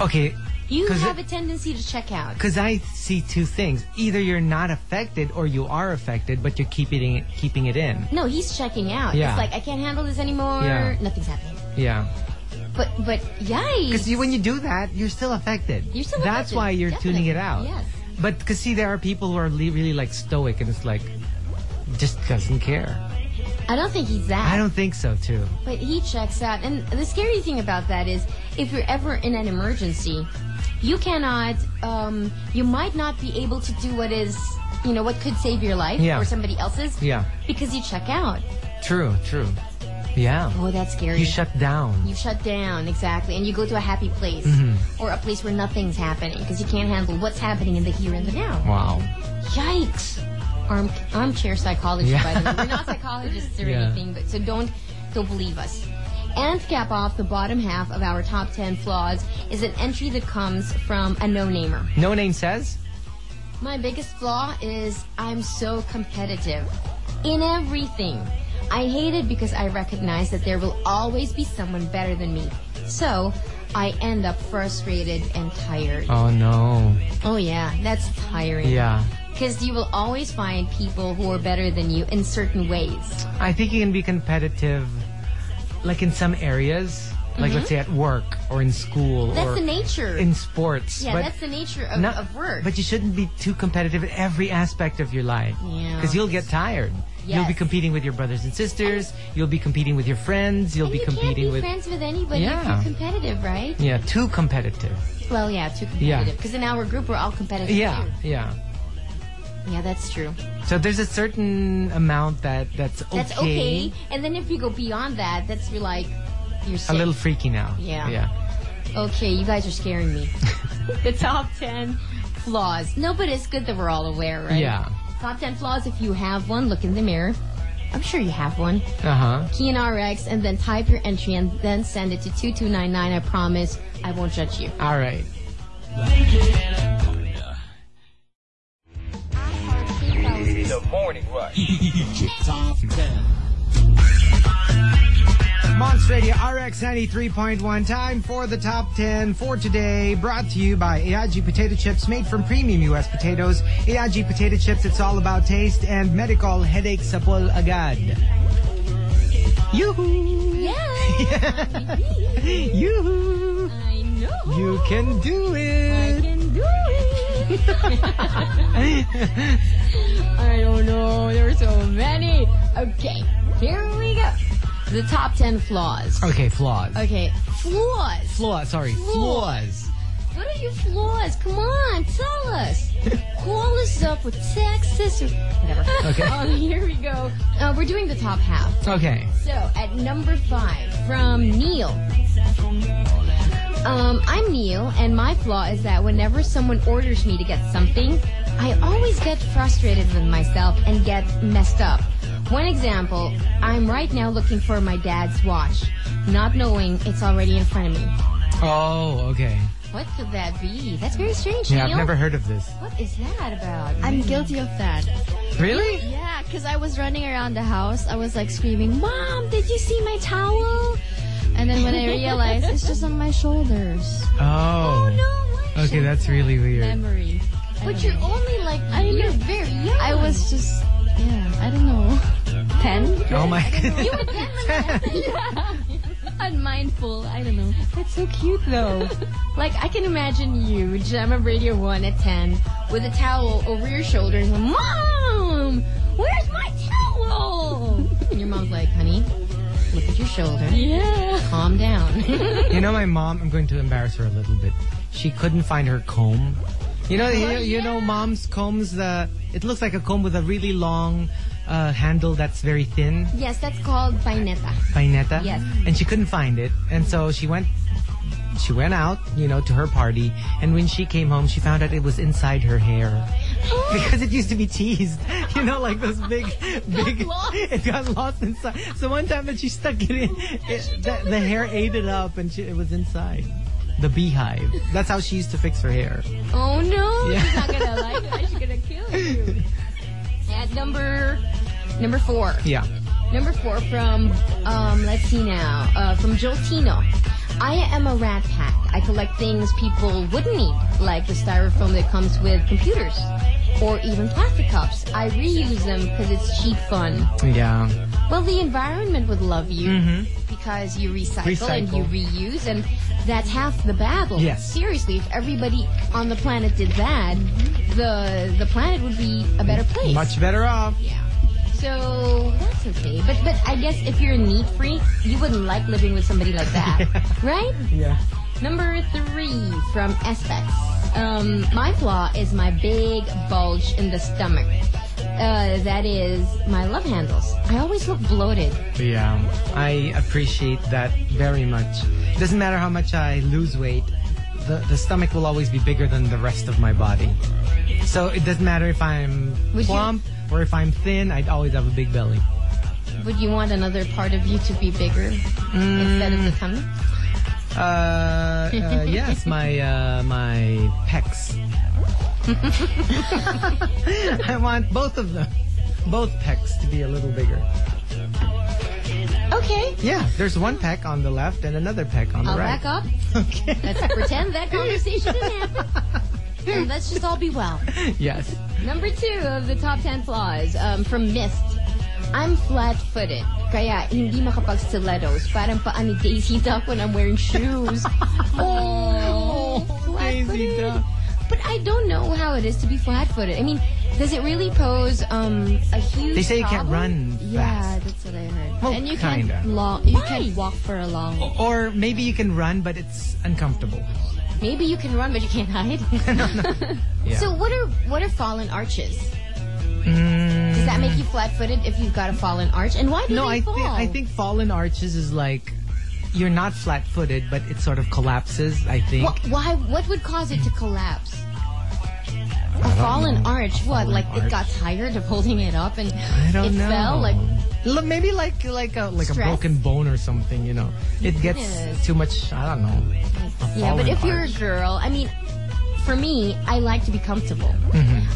[SPEAKER 4] Okay,
[SPEAKER 3] You
[SPEAKER 4] 'Cause
[SPEAKER 3] have
[SPEAKER 4] it-
[SPEAKER 3] a tendency to check out.
[SPEAKER 4] Because I see two things: either you're not affected, or you are affected, but you're keeping it keeping it in.
[SPEAKER 3] No, he's checking out.
[SPEAKER 4] Yeah.
[SPEAKER 3] It's like I can't handle this anymore.
[SPEAKER 4] Yeah.
[SPEAKER 3] Nothing's happening.
[SPEAKER 4] Yeah.
[SPEAKER 3] But but
[SPEAKER 4] Because
[SPEAKER 3] yikes!
[SPEAKER 4] you, when you do that, you're still affected.
[SPEAKER 3] You're still
[SPEAKER 4] That's
[SPEAKER 3] affected,
[SPEAKER 4] why you're tuning it out.
[SPEAKER 3] definitely, yes.
[SPEAKER 4] But because see, there are people who are le- really like stoic, and it's like just doesn't care.
[SPEAKER 3] I don't think he's that.
[SPEAKER 4] I don't think so, too.
[SPEAKER 3] But he checks out. And the scary thing about that is, if you're ever in an emergency, you cannot, um, you might not be able to do what is, you know, what could save your life
[SPEAKER 4] Yeah.
[SPEAKER 3] or somebody else's.
[SPEAKER 4] Yeah.
[SPEAKER 3] Because you check out.
[SPEAKER 4] True. True. Yeah.
[SPEAKER 3] Oh, that's scary.
[SPEAKER 4] You shut down.
[SPEAKER 3] You shut down, exactly. And you go to a happy place
[SPEAKER 4] Mm-hmm.
[SPEAKER 3] or a place where nothing's happening because you can't handle what's happening in the here and the now.
[SPEAKER 4] Wow.
[SPEAKER 3] Yikes. Arm, armchair psychology,
[SPEAKER 4] Yeah.
[SPEAKER 3] by the way. We're not psychologists or
[SPEAKER 4] Yeah.
[SPEAKER 3] anything, but so don't don't believe us. And to cap off the bottom half of our top ten flaws is an entry that comes from a no-namer.
[SPEAKER 4] No name says.
[SPEAKER 3] My biggest flaw is I'm so competitive in everything. I hate it because I recognize that there will always be someone better than me. So I end up frustrated and tired.
[SPEAKER 4] Oh no.
[SPEAKER 3] Oh, yeah, that's tiring.
[SPEAKER 4] Yeah.
[SPEAKER 3] Because you will always find people who are better than you in certain ways.
[SPEAKER 4] I think you can be competitive, like in some areas, Like let's say at work or in school
[SPEAKER 3] Mm-hmm. That's
[SPEAKER 4] or
[SPEAKER 3] the nature.
[SPEAKER 4] in sports.
[SPEAKER 3] yeah,
[SPEAKER 4] but
[SPEAKER 3] that's the nature of,
[SPEAKER 4] not-
[SPEAKER 3] of work.
[SPEAKER 4] But you shouldn't be too competitive in every aspect of your life.
[SPEAKER 3] Yeah.
[SPEAKER 4] Because you'll get tired. You'll
[SPEAKER 3] Yes.
[SPEAKER 4] be competing with your brothers and sisters. you'll be competing with your friends. You'll
[SPEAKER 3] And
[SPEAKER 4] be
[SPEAKER 3] you
[SPEAKER 4] competing
[SPEAKER 3] can't be
[SPEAKER 4] with
[SPEAKER 3] friends with anybody
[SPEAKER 4] Yeah.
[SPEAKER 3] if you're competitive, right?
[SPEAKER 4] yeah, too competitive.
[SPEAKER 3] Well, yeah, too competitive. Because in our group, we're all competitive.
[SPEAKER 4] Yeah, yeah.
[SPEAKER 3] too. yeah, that's true.
[SPEAKER 4] So there's a certain amount that that's okay.
[SPEAKER 3] That's okay. And then if you go beyond that, that's you're like you're
[SPEAKER 4] A
[SPEAKER 3] sick.
[SPEAKER 4] little freaky now.
[SPEAKER 3] Yeah.
[SPEAKER 4] Yeah.
[SPEAKER 3] Okay, you guys are scaring me. the top 10 flaws. No, but it's good that we're all aware, right?
[SPEAKER 4] Yeah.
[SPEAKER 3] Top 10 flaws, if you have one, look in the mirror. I'm sure you have one.
[SPEAKER 4] Uh huh.
[SPEAKER 3] Key in RX and then type your entry and then send it to 2299. I promise I won't judge you.
[SPEAKER 4] All right.
[SPEAKER 1] The Morning Rush.
[SPEAKER 4] Monster Radio RX 93.1 time for the top 10 for today brought to you by AIG potato chips made from premium US potatoes. AIG potato chips, it's all about taste and medical headache sapol agad. Yoo-hoo!
[SPEAKER 3] Yeah,
[SPEAKER 4] Yoo-hoo!
[SPEAKER 3] I know.
[SPEAKER 4] You can do
[SPEAKER 3] I
[SPEAKER 4] it!
[SPEAKER 3] can do it. I don't know. There are so many. Okay, here we go. The top 10 flaws.
[SPEAKER 4] Okay, flaws.
[SPEAKER 3] Okay, flaws.
[SPEAKER 4] Flaws, Uh, sorry. Flaws.
[SPEAKER 3] Flaws. What are your flaws? Come on, tell us. Call us up or text us or whatever.
[SPEAKER 4] Okay.
[SPEAKER 3] Um, here we go. Uh, we're doing the top half.
[SPEAKER 4] Okay.
[SPEAKER 3] So at number five from Neil. Um, I'm Neil, and my flaw is that whenever someone orders me to get something, I always get frustrated with myself and get messed up. One example, I'm right now looking for my dad's watch, not knowing it's already in front of me.
[SPEAKER 4] Oh, okay.
[SPEAKER 3] What could that be? That's very strange,
[SPEAKER 4] Yeah, I've
[SPEAKER 3] Neil.
[SPEAKER 4] never heard of this.
[SPEAKER 3] What is that about?
[SPEAKER 8] I'm guilty of that.
[SPEAKER 4] Really?
[SPEAKER 8] Yeah, because I was running around the house. I was like screaming, Mom, did you see my towel? And then when I realized, it's just on my shoulders.
[SPEAKER 4] Oh. Okay, that's really weird.
[SPEAKER 8] Memory.
[SPEAKER 3] But you're only like
[SPEAKER 8] I don't
[SPEAKER 3] you're
[SPEAKER 8] know.
[SPEAKER 3] very young.
[SPEAKER 8] I was just, yeah, I don't know. 10?
[SPEAKER 4] Oh my
[SPEAKER 3] You were ten when that
[SPEAKER 8] Unmindful. I don't know.
[SPEAKER 3] That's so cute though. like I can imagine you, Gemma Radio One at ten, with a towel over your shoulder and going, Mom, where's my towel? and your mom's like, Honey, look at your shoulder.
[SPEAKER 8] Yeah.
[SPEAKER 3] Calm down.
[SPEAKER 4] You know, my mom. I'm going to embarrass her a little bit. She couldn't find her comb. You know, you, you know, mom's combs. The it looks like a comb with a really long uh, handle that's very thin,
[SPEAKER 3] yes, that's called Baineta.
[SPEAKER 4] paineta.
[SPEAKER 3] Yes.
[SPEAKER 4] And she couldn't find it, and so she went. She went out, you know, to her party, and when she came home, she found out it was inside her hair because it used to be teased. You know, like those big, big.
[SPEAKER 3] lost.
[SPEAKER 4] It got lost inside. So one time when she stuck it in, it, the, the hair ate it up, and she, it was inside the beehive. That's how she used to fix her hair.
[SPEAKER 3] Oh no,
[SPEAKER 4] Yeah.
[SPEAKER 3] she's not gonna like that. She's gonna kill you. At number number four.
[SPEAKER 4] Yeah.
[SPEAKER 3] Number four from, um, let's see now, uh, from Joltino. I am a rat pack. I collect things people wouldn't need, like the styrofoam that comes with computers, or even plastic cups. I reuse them because it's cheap fun.
[SPEAKER 4] Yeah.
[SPEAKER 3] Well, the environment would love you because you recycle, and you
[SPEAKER 4] Mm-hmm. Recycle.
[SPEAKER 3] reuse, and that's half the battle.
[SPEAKER 4] Yes.
[SPEAKER 3] Seriously, if everybody on the planet did that, the the planet would be a better place.
[SPEAKER 4] Much better off.
[SPEAKER 3] Yeah. So that's okay. But but I guess if you're a neat freak, you wouldn't like living with somebody like that, right?
[SPEAKER 4] Yeah.
[SPEAKER 3] Number three from Espex. Um, my flaw is my big bulge in the stomach. Uh, that is my love handles. I always look bloated.
[SPEAKER 4] Yeah. I appreciate that very much. Doesn't matter how much I lose weight, the, the stomach will always be bigger than the rest of my body. So it doesn't matter if I'm
[SPEAKER 3] Would you-
[SPEAKER 4] plump or if I'm thin, I'd always have a big belly.
[SPEAKER 3] Would you want another part of you to be bigger instead of the tummy?
[SPEAKER 4] Uh, uh, yes, my uh, my pecs. I want both of them, both pecs to be a little bigger.
[SPEAKER 3] Okay.
[SPEAKER 4] Yeah, there's one pec on the left and another pec on the
[SPEAKER 3] I'll
[SPEAKER 4] right.
[SPEAKER 3] back up.
[SPEAKER 4] Okay.
[SPEAKER 3] Let's pretend that conversation didn't happen. And let's just all be well.
[SPEAKER 4] yes.
[SPEAKER 3] Number two of the top ten flaws um, from Mist. I'm flat-footed. Kaya hindi makapag-stilettos. Parang paa ni Daisy Duck when I'm wearing shoes. oh,
[SPEAKER 4] Daisy
[SPEAKER 3] flat-footed.
[SPEAKER 4] Duck.
[SPEAKER 3] But I don't know how it is to be flat-footed. I mean, does it really pose um, a huge
[SPEAKER 4] They say you can't
[SPEAKER 3] problem?
[SPEAKER 4] run
[SPEAKER 8] Yeah,
[SPEAKER 4] fast.
[SPEAKER 8] that's what I heard.
[SPEAKER 4] Well,
[SPEAKER 8] and you
[SPEAKER 4] kinda. Oh.
[SPEAKER 8] can't long. You
[SPEAKER 3] Why?
[SPEAKER 8] can't walk for a long.
[SPEAKER 4] Or maybe you can run, but it's uncomfortable.
[SPEAKER 3] Maybe you can run, but you can't hide.
[SPEAKER 4] Yeah.
[SPEAKER 3] So what are what are fallen arches? Does that make you flat-footed if you've got a fallen arch? And why do
[SPEAKER 4] No,
[SPEAKER 3] they
[SPEAKER 4] I
[SPEAKER 3] fall?
[SPEAKER 4] think I think fallen arches is like you're not flat-footed, but it sort of collapses. I think.
[SPEAKER 3] Wh- why? What would cause it to collapse? A fallen arch. What? Like it got tired of holding it up and
[SPEAKER 4] I don't
[SPEAKER 3] it
[SPEAKER 4] know.
[SPEAKER 3] fell. Like
[SPEAKER 4] L- maybe like like a like
[SPEAKER 3] Stress?
[SPEAKER 4] a broken bone or something. You know, it gets
[SPEAKER 3] Yes.
[SPEAKER 4] too much. I don't know. A
[SPEAKER 3] yeah. But
[SPEAKER 4] fallen
[SPEAKER 3] if you're a
[SPEAKER 4] arch.
[SPEAKER 3] girl, I mean, for me, I like to be comfortable.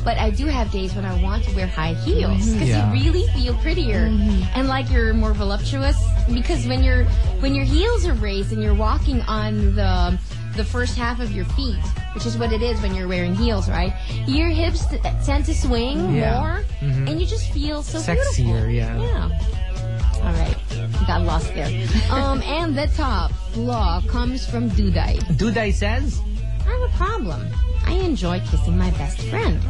[SPEAKER 3] But I do have days when I want to wear high heels because
[SPEAKER 4] Mm-hmm. Yeah. Mm-hmm.
[SPEAKER 3] you really feel prettier and like you're more voluptuous. Because when your when your heels are raised and you're walking on the the first half of your feet, which is what it is when you're wearing heels, right? Your hips t- tend to swing
[SPEAKER 4] Yeah. Mm-hmm.
[SPEAKER 3] more, and you just feel so
[SPEAKER 4] Sexier,
[SPEAKER 3] beautiful.
[SPEAKER 4] yeah.
[SPEAKER 3] Yeah. All right, got lost there. um, and the top flaw comes from Dudai.
[SPEAKER 4] Dudai says,
[SPEAKER 3] I have a problem. I enjoy kissing my best friend,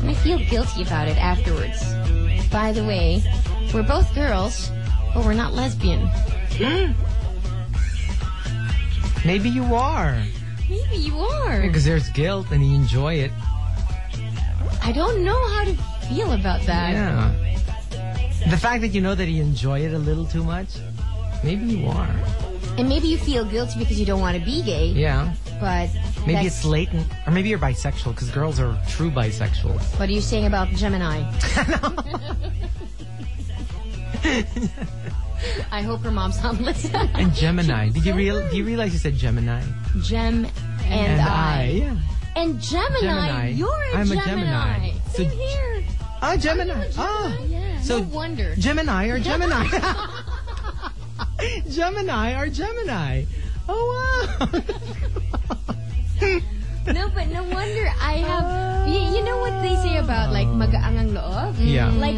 [SPEAKER 3] and I feel guilty about it afterwards. By the way, we're both girls, but we're not lesbian.
[SPEAKER 4] maybe you are
[SPEAKER 3] Maybe you are.
[SPEAKER 4] because there's guilt and you enjoy it.
[SPEAKER 3] I don't know how to feel about that.
[SPEAKER 4] Yeah. The fact that you know that you enjoy it a little too much, maybe you are.
[SPEAKER 3] And maybe you feel guilty because you don't want to be gay,
[SPEAKER 4] Yeah.
[SPEAKER 3] but
[SPEAKER 4] Maybe
[SPEAKER 3] that's-
[SPEAKER 4] it's latent, or maybe you're bisexual because girls are true bisexuals.
[SPEAKER 3] What are you saying about Gemini? I hope her mom's not listening.
[SPEAKER 4] And Gemini. Did you real? Do you realize you said Gemini?
[SPEAKER 3] Gem and, I.
[SPEAKER 4] Yeah.
[SPEAKER 3] And Gemini,
[SPEAKER 4] Gemini.
[SPEAKER 3] you're a
[SPEAKER 4] I'm a
[SPEAKER 3] Gemini.
[SPEAKER 4] Gemini. So-
[SPEAKER 3] Same here.
[SPEAKER 4] Ah, Gemini. Ah.
[SPEAKER 3] Yeah.
[SPEAKER 4] So
[SPEAKER 3] no wonder.
[SPEAKER 4] Gemini or Gemini? Gemini or Gemini? Oh wow.
[SPEAKER 3] no, but no wonder I have. You, you know what they say about like magaangang
[SPEAKER 4] Oh.
[SPEAKER 3] loob? Mm.
[SPEAKER 4] Yeah.
[SPEAKER 3] Like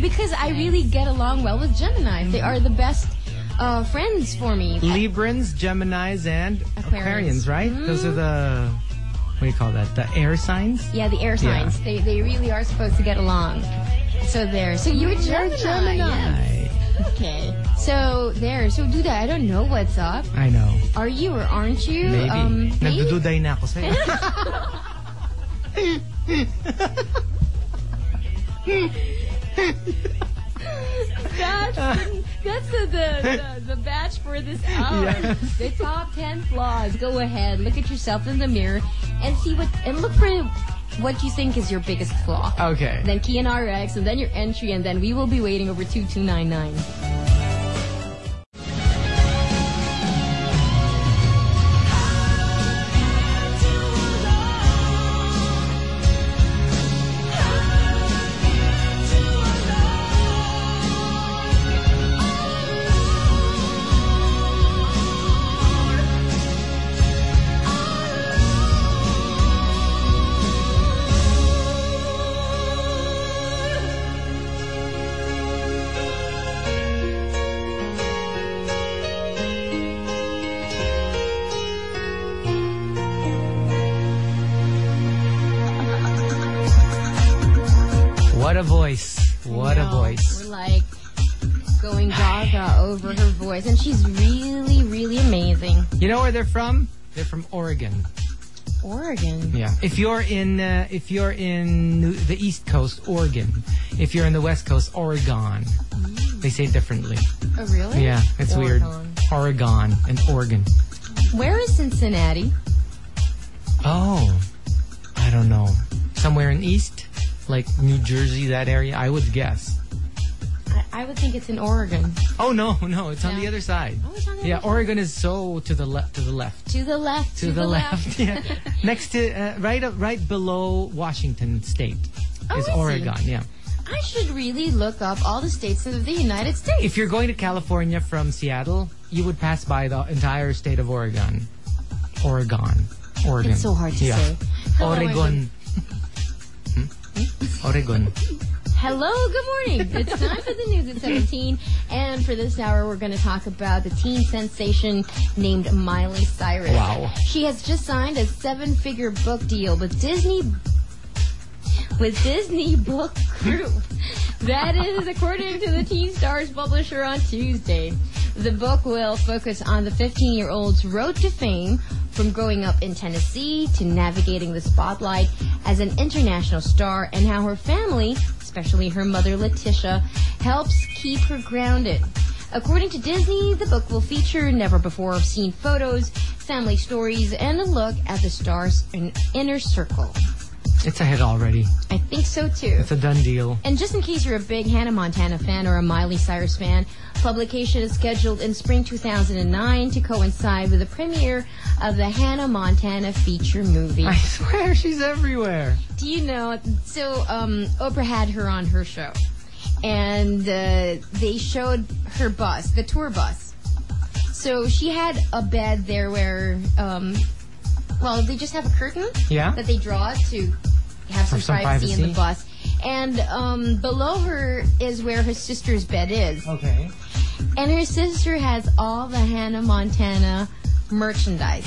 [SPEAKER 3] because I really get along well with Gemini. They are the best uh, friends for me.
[SPEAKER 4] Librans, Geminis, and Aquarians,
[SPEAKER 3] Aquarians.
[SPEAKER 4] Mm-hmm. right? Those are the what do you call that? The air signs.
[SPEAKER 3] Yeah, the air signs. They they really are supposed to get along. So there. So you're Gemini. yes.
[SPEAKER 4] I,
[SPEAKER 3] Okay. So there. So do that. I don't know what's up.
[SPEAKER 4] I know.
[SPEAKER 3] Are you or aren't you?
[SPEAKER 4] Maybe.
[SPEAKER 3] Um, maybe.
[SPEAKER 4] Nagdududay na ako sa'yo.
[SPEAKER 3] That's the, that's the, the, the, the batch for this hour.
[SPEAKER 4] Yes.
[SPEAKER 3] The top 10 flaws. Go ahead, look at yourself in the mirror and see what, and look for what you think is your biggest flaw.
[SPEAKER 4] Okay.
[SPEAKER 3] Then key in RX, and then your entry, and then we will be waiting over 2299.
[SPEAKER 4] What a voice. What a
[SPEAKER 3] No,
[SPEAKER 4] voice.
[SPEAKER 3] We're like going gaga over her voice, and she's really, really amazing.
[SPEAKER 4] You know where they're from? They're from Oregon.
[SPEAKER 3] Oregon.
[SPEAKER 4] Yeah. If you're in uh, if you're in New- the East Coast, Oregon. If you're in the West Coast, Oregon. They say it differently.
[SPEAKER 3] Oh, really?
[SPEAKER 4] Yeah, it's weird.
[SPEAKER 3] Mm. Oregon.
[SPEAKER 4] Oregon and Oregon.
[SPEAKER 3] Where is Cincinnati?
[SPEAKER 4] Oh, I don't know. Somewhere in East, like New Jersey, that area, I would guess.
[SPEAKER 3] I, I would think it's in Oregon.
[SPEAKER 4] Oh no, no, it's on
[SPEAKER 3] Yeah.
[SPEAKER 4] the other side.
[SPEAKER 3] Oh, it's on the
[SPEAKER 4] yeah,
[SPEAKER 3] other side.
[SPEAKER 4] Oregon is so to the left, to the left,
[SPEAKER 3] To the left.
[SPEAKER 4] to, the, left. yeah, next to uh, right, up, right below Washington State
[SPEAKER 3] Oh,
[SPEAKER 4] is
[SPEAKER 3] I see.
[SPEAKER 4] Oregon. Yeah.
[SPEAKER 3] I should really look up all the states of the United States.
[SPEAKER 4] If you're going to California from Seattle, you would pass by the entire state of Oregon. Oregon, Oregon.
[SPEAKER 3] It's so hard to
[SPEAKER 4] Yeah.
[SPEAKER 3] say. Hello,
[SPEAKER 4] Oregon. Hmm? Oregon.
[SPEAKER 3] Hello, good morning. It's time for the news at 17. And for this hour, we're going to talk about the teen sensation named Miley Cyrus.
[SPEAKER 4] Wow.
[SPEAKER 3] She has just signed a seven figure book deal with Disney with Disney Book Group. That is according to the Teen Stars publisher on Tuesday. The book will focus on the 15 year old's road to fame from growing up in Tennessee to navigating the spotlight as an international star and how her family, especially her mother Letitia, helps keep her grounded. According to Disney, the book will feature never before seen photos, family stories, and a look at the stars in inner circle.
[SPEAKER 4] It's a hit already.
[SPEAKER 3] I think so too.
[SPEAKER 4] It's a done deal.
[SPEAKER 3] And just in case you're a big Hannah Montana fan or a Miley Cyrus fan, publication is scheduled in spring 2009 to coincide with the premiere of the Hannah Montana feature movie.
[SPEAKER 4] I swear she's everywhere.
[SPEAKER 3] Do you know? So um, Oprah had her on her show, and uh, they showed her bus, the tour bus. So she had a bed there where, um, well, they just have a curtain
[SPEAKER 4] Yeah?
[SPEAKER 3] that they draw to have some,
[SPEAKER 4] some
[SPEAKER 3] privacy, in
[SPEAKER 4] privacy.
[SPEAKER 3] the bus. And um, below her is where her sister's bed is.
[SPEAKER 4] Okay.
[SPEAKER 3] And her sister has all the Hannah Montana merchandise.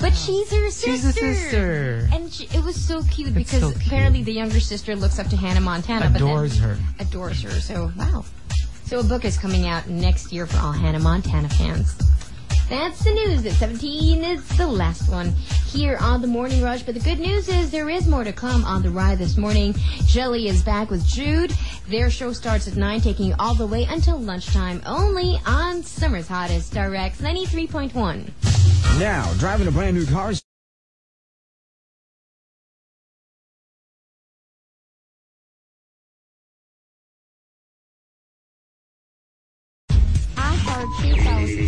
[SPEAKER 3] But she's her sister.
[SPEAKER 4] She's a sister.
[SPEAKER 3] And she, it was so cute because
[SPEAKER 4] so cute.
[SPEAKER 3] apparently the younger sister looks up to Hannah Montana.
[SPEAKER 4] Adores
[SPEAKER 3] but then
[SPEAKER 4] her.
[SPEAKER 3] Adores her. So, wow. So a book is coming out next year for all Hannah Montana fans. That's the news at 17. It's the last one here on the Morning Rush. But the good news is there is more to come on the ride this morning. Jelly is back with Jude. Their show starts at 9, taking all the way until lunchtime, only on Summer's Hottest, Direct 93.1.
[SPEAKER 9] Now, driving a brand new car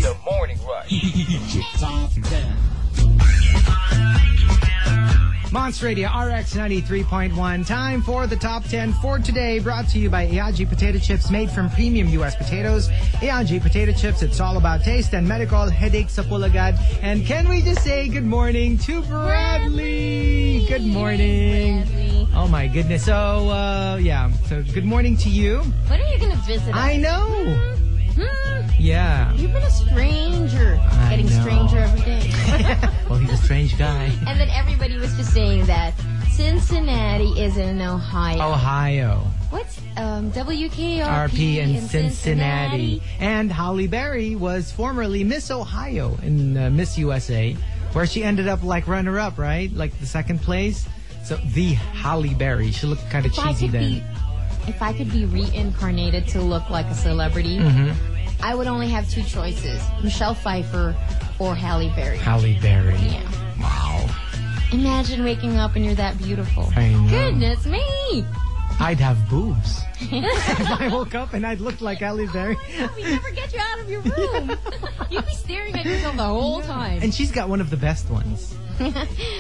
[SPEAKER 1] The Morning Rush.
[SPEAKER 4] Monster Radio RX 93.1. Time for the top 10 for today, brought to you by Iaji Potato Chips, made from premium U.S. potatoes. Iaji Potato Chips, it's all about taste and medical headaches, Sapulagad. And can we just say good morning to Bradley? Good morning.
[SPEAKER 3] Bradley.
[SPEAKER 4] Oh my goodness. So, uh, yeah. So, good morning to you.
[SPEAKER 3] When are you going to visit
[SPEAKER 4] I
[SPEAKER 3] us?
[SPEAKER 4] know.
[SPEAKER 3] Hmm?
[SPEAKER 4] Yeah.
[SPEAKER 3] You've been a stranger.
[SPEAKER 4] I
[SPEAKER 3] Getting
[SPEAKER 4] know.
[SPEAKER 3] stranger every day.
[SPEAKER 4] Well, he's a strange guy.
[SPEAKER 3] and then everybody was just saying that Cincinnati is in
[SPEAKER 4] Oh.
[SPEAKER 3] Ohio.
[SPEAKER 4] Ohio.
[SPEAKER 3] What's um, WKRP
[SPEAKER 4] RP in Cincinnati.
[SPEAKER 3] in Cincinnati?
[SPEAKER 4] And Holly Berry was formerly Miss Ohio in uh, Miss USA, where she ended up like runner up, right? Like the second place. So the Holly Berry. She looked kind of
[SPEAKER 3] If I
[SPEAKER 4] cheesy
[SPEAKER 3] could
[SPEAKER 4] then.
[SPEAKER 3] be, if I could be reincarnated to look like a celebrity,
[SPEAKER 4] Mm-hmm.
[SPEAKER 3] I would only have two choices: Michelle Pfeiffer or Halle Berry.
[SPEAKER 4] Halle Berry.
[SPEAKER 3] Yeah.
[SPEAKER 4] Wow.
[SPEAKER 3] Imagine waking up and you're that beautiful.
[SPEAKER 4] I know.
[SPEAKER 3] Goodness me!
[SPEAKER 4] I'd have boobs. if I woke up and I'd look like Halle Berry.
[SPEAKER 3] We never get you out of your room. You'd be staring at yourself the whole time.
[SPEAKER 4] And she's got one of the best ones.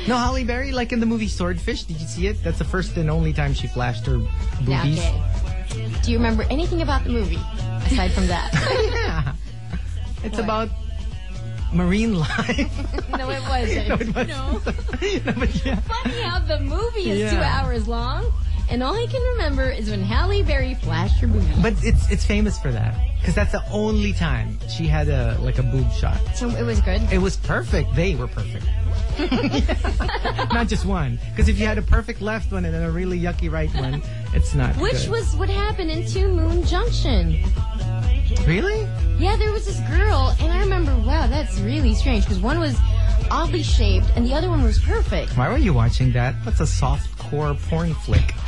[SPEAKER 4] no, Holly Berry, like in the movie Swordfish, did you see it? That's the first and only time she flashed her
[SPEAKER 3] Yeah,
[SPEAKER 4] boobies.
[SPEAKER 3] okay. Do you remember anything about the movie aside from that?
[SPEAKER 4] yeah. It's about marine life.
[SPEAKER 3] no, it wasn't.
[SPEAKER 4] no, it wasn't.
[SPEAKER 3] No.
[SPEAKER 4] No, but yeah.
[SPEAKER 3] Funny how the movie is
[SPEAKER 4] Yeah.
[SPEAKER 3] two hours long, and all I can remember is when Halle Berry flashed her boobies.
[SPEAKER 4] But it's it's famous for that because that's the only time she had a like a boob shot.
[SPEAKER 3] So it was good.
[SPEAKER 4] It was perfect. They were perfect. not just one. Because if you had a perfect left one and then a really yucky right one, it's not.
[SPEAKER 3] Which
[SPEAKER 4] good.
[SPEAKER 3] was what happened in Two Moon Junction.
[SPEAKER 4] really?
[SPEAKER 3] Yeah, there was this girl, and I remember, wow, that's really strange because one was oddly shaped and the other one was perfect.
[SPEAKER 4] Why were you watching that? That's a soft core porn flick.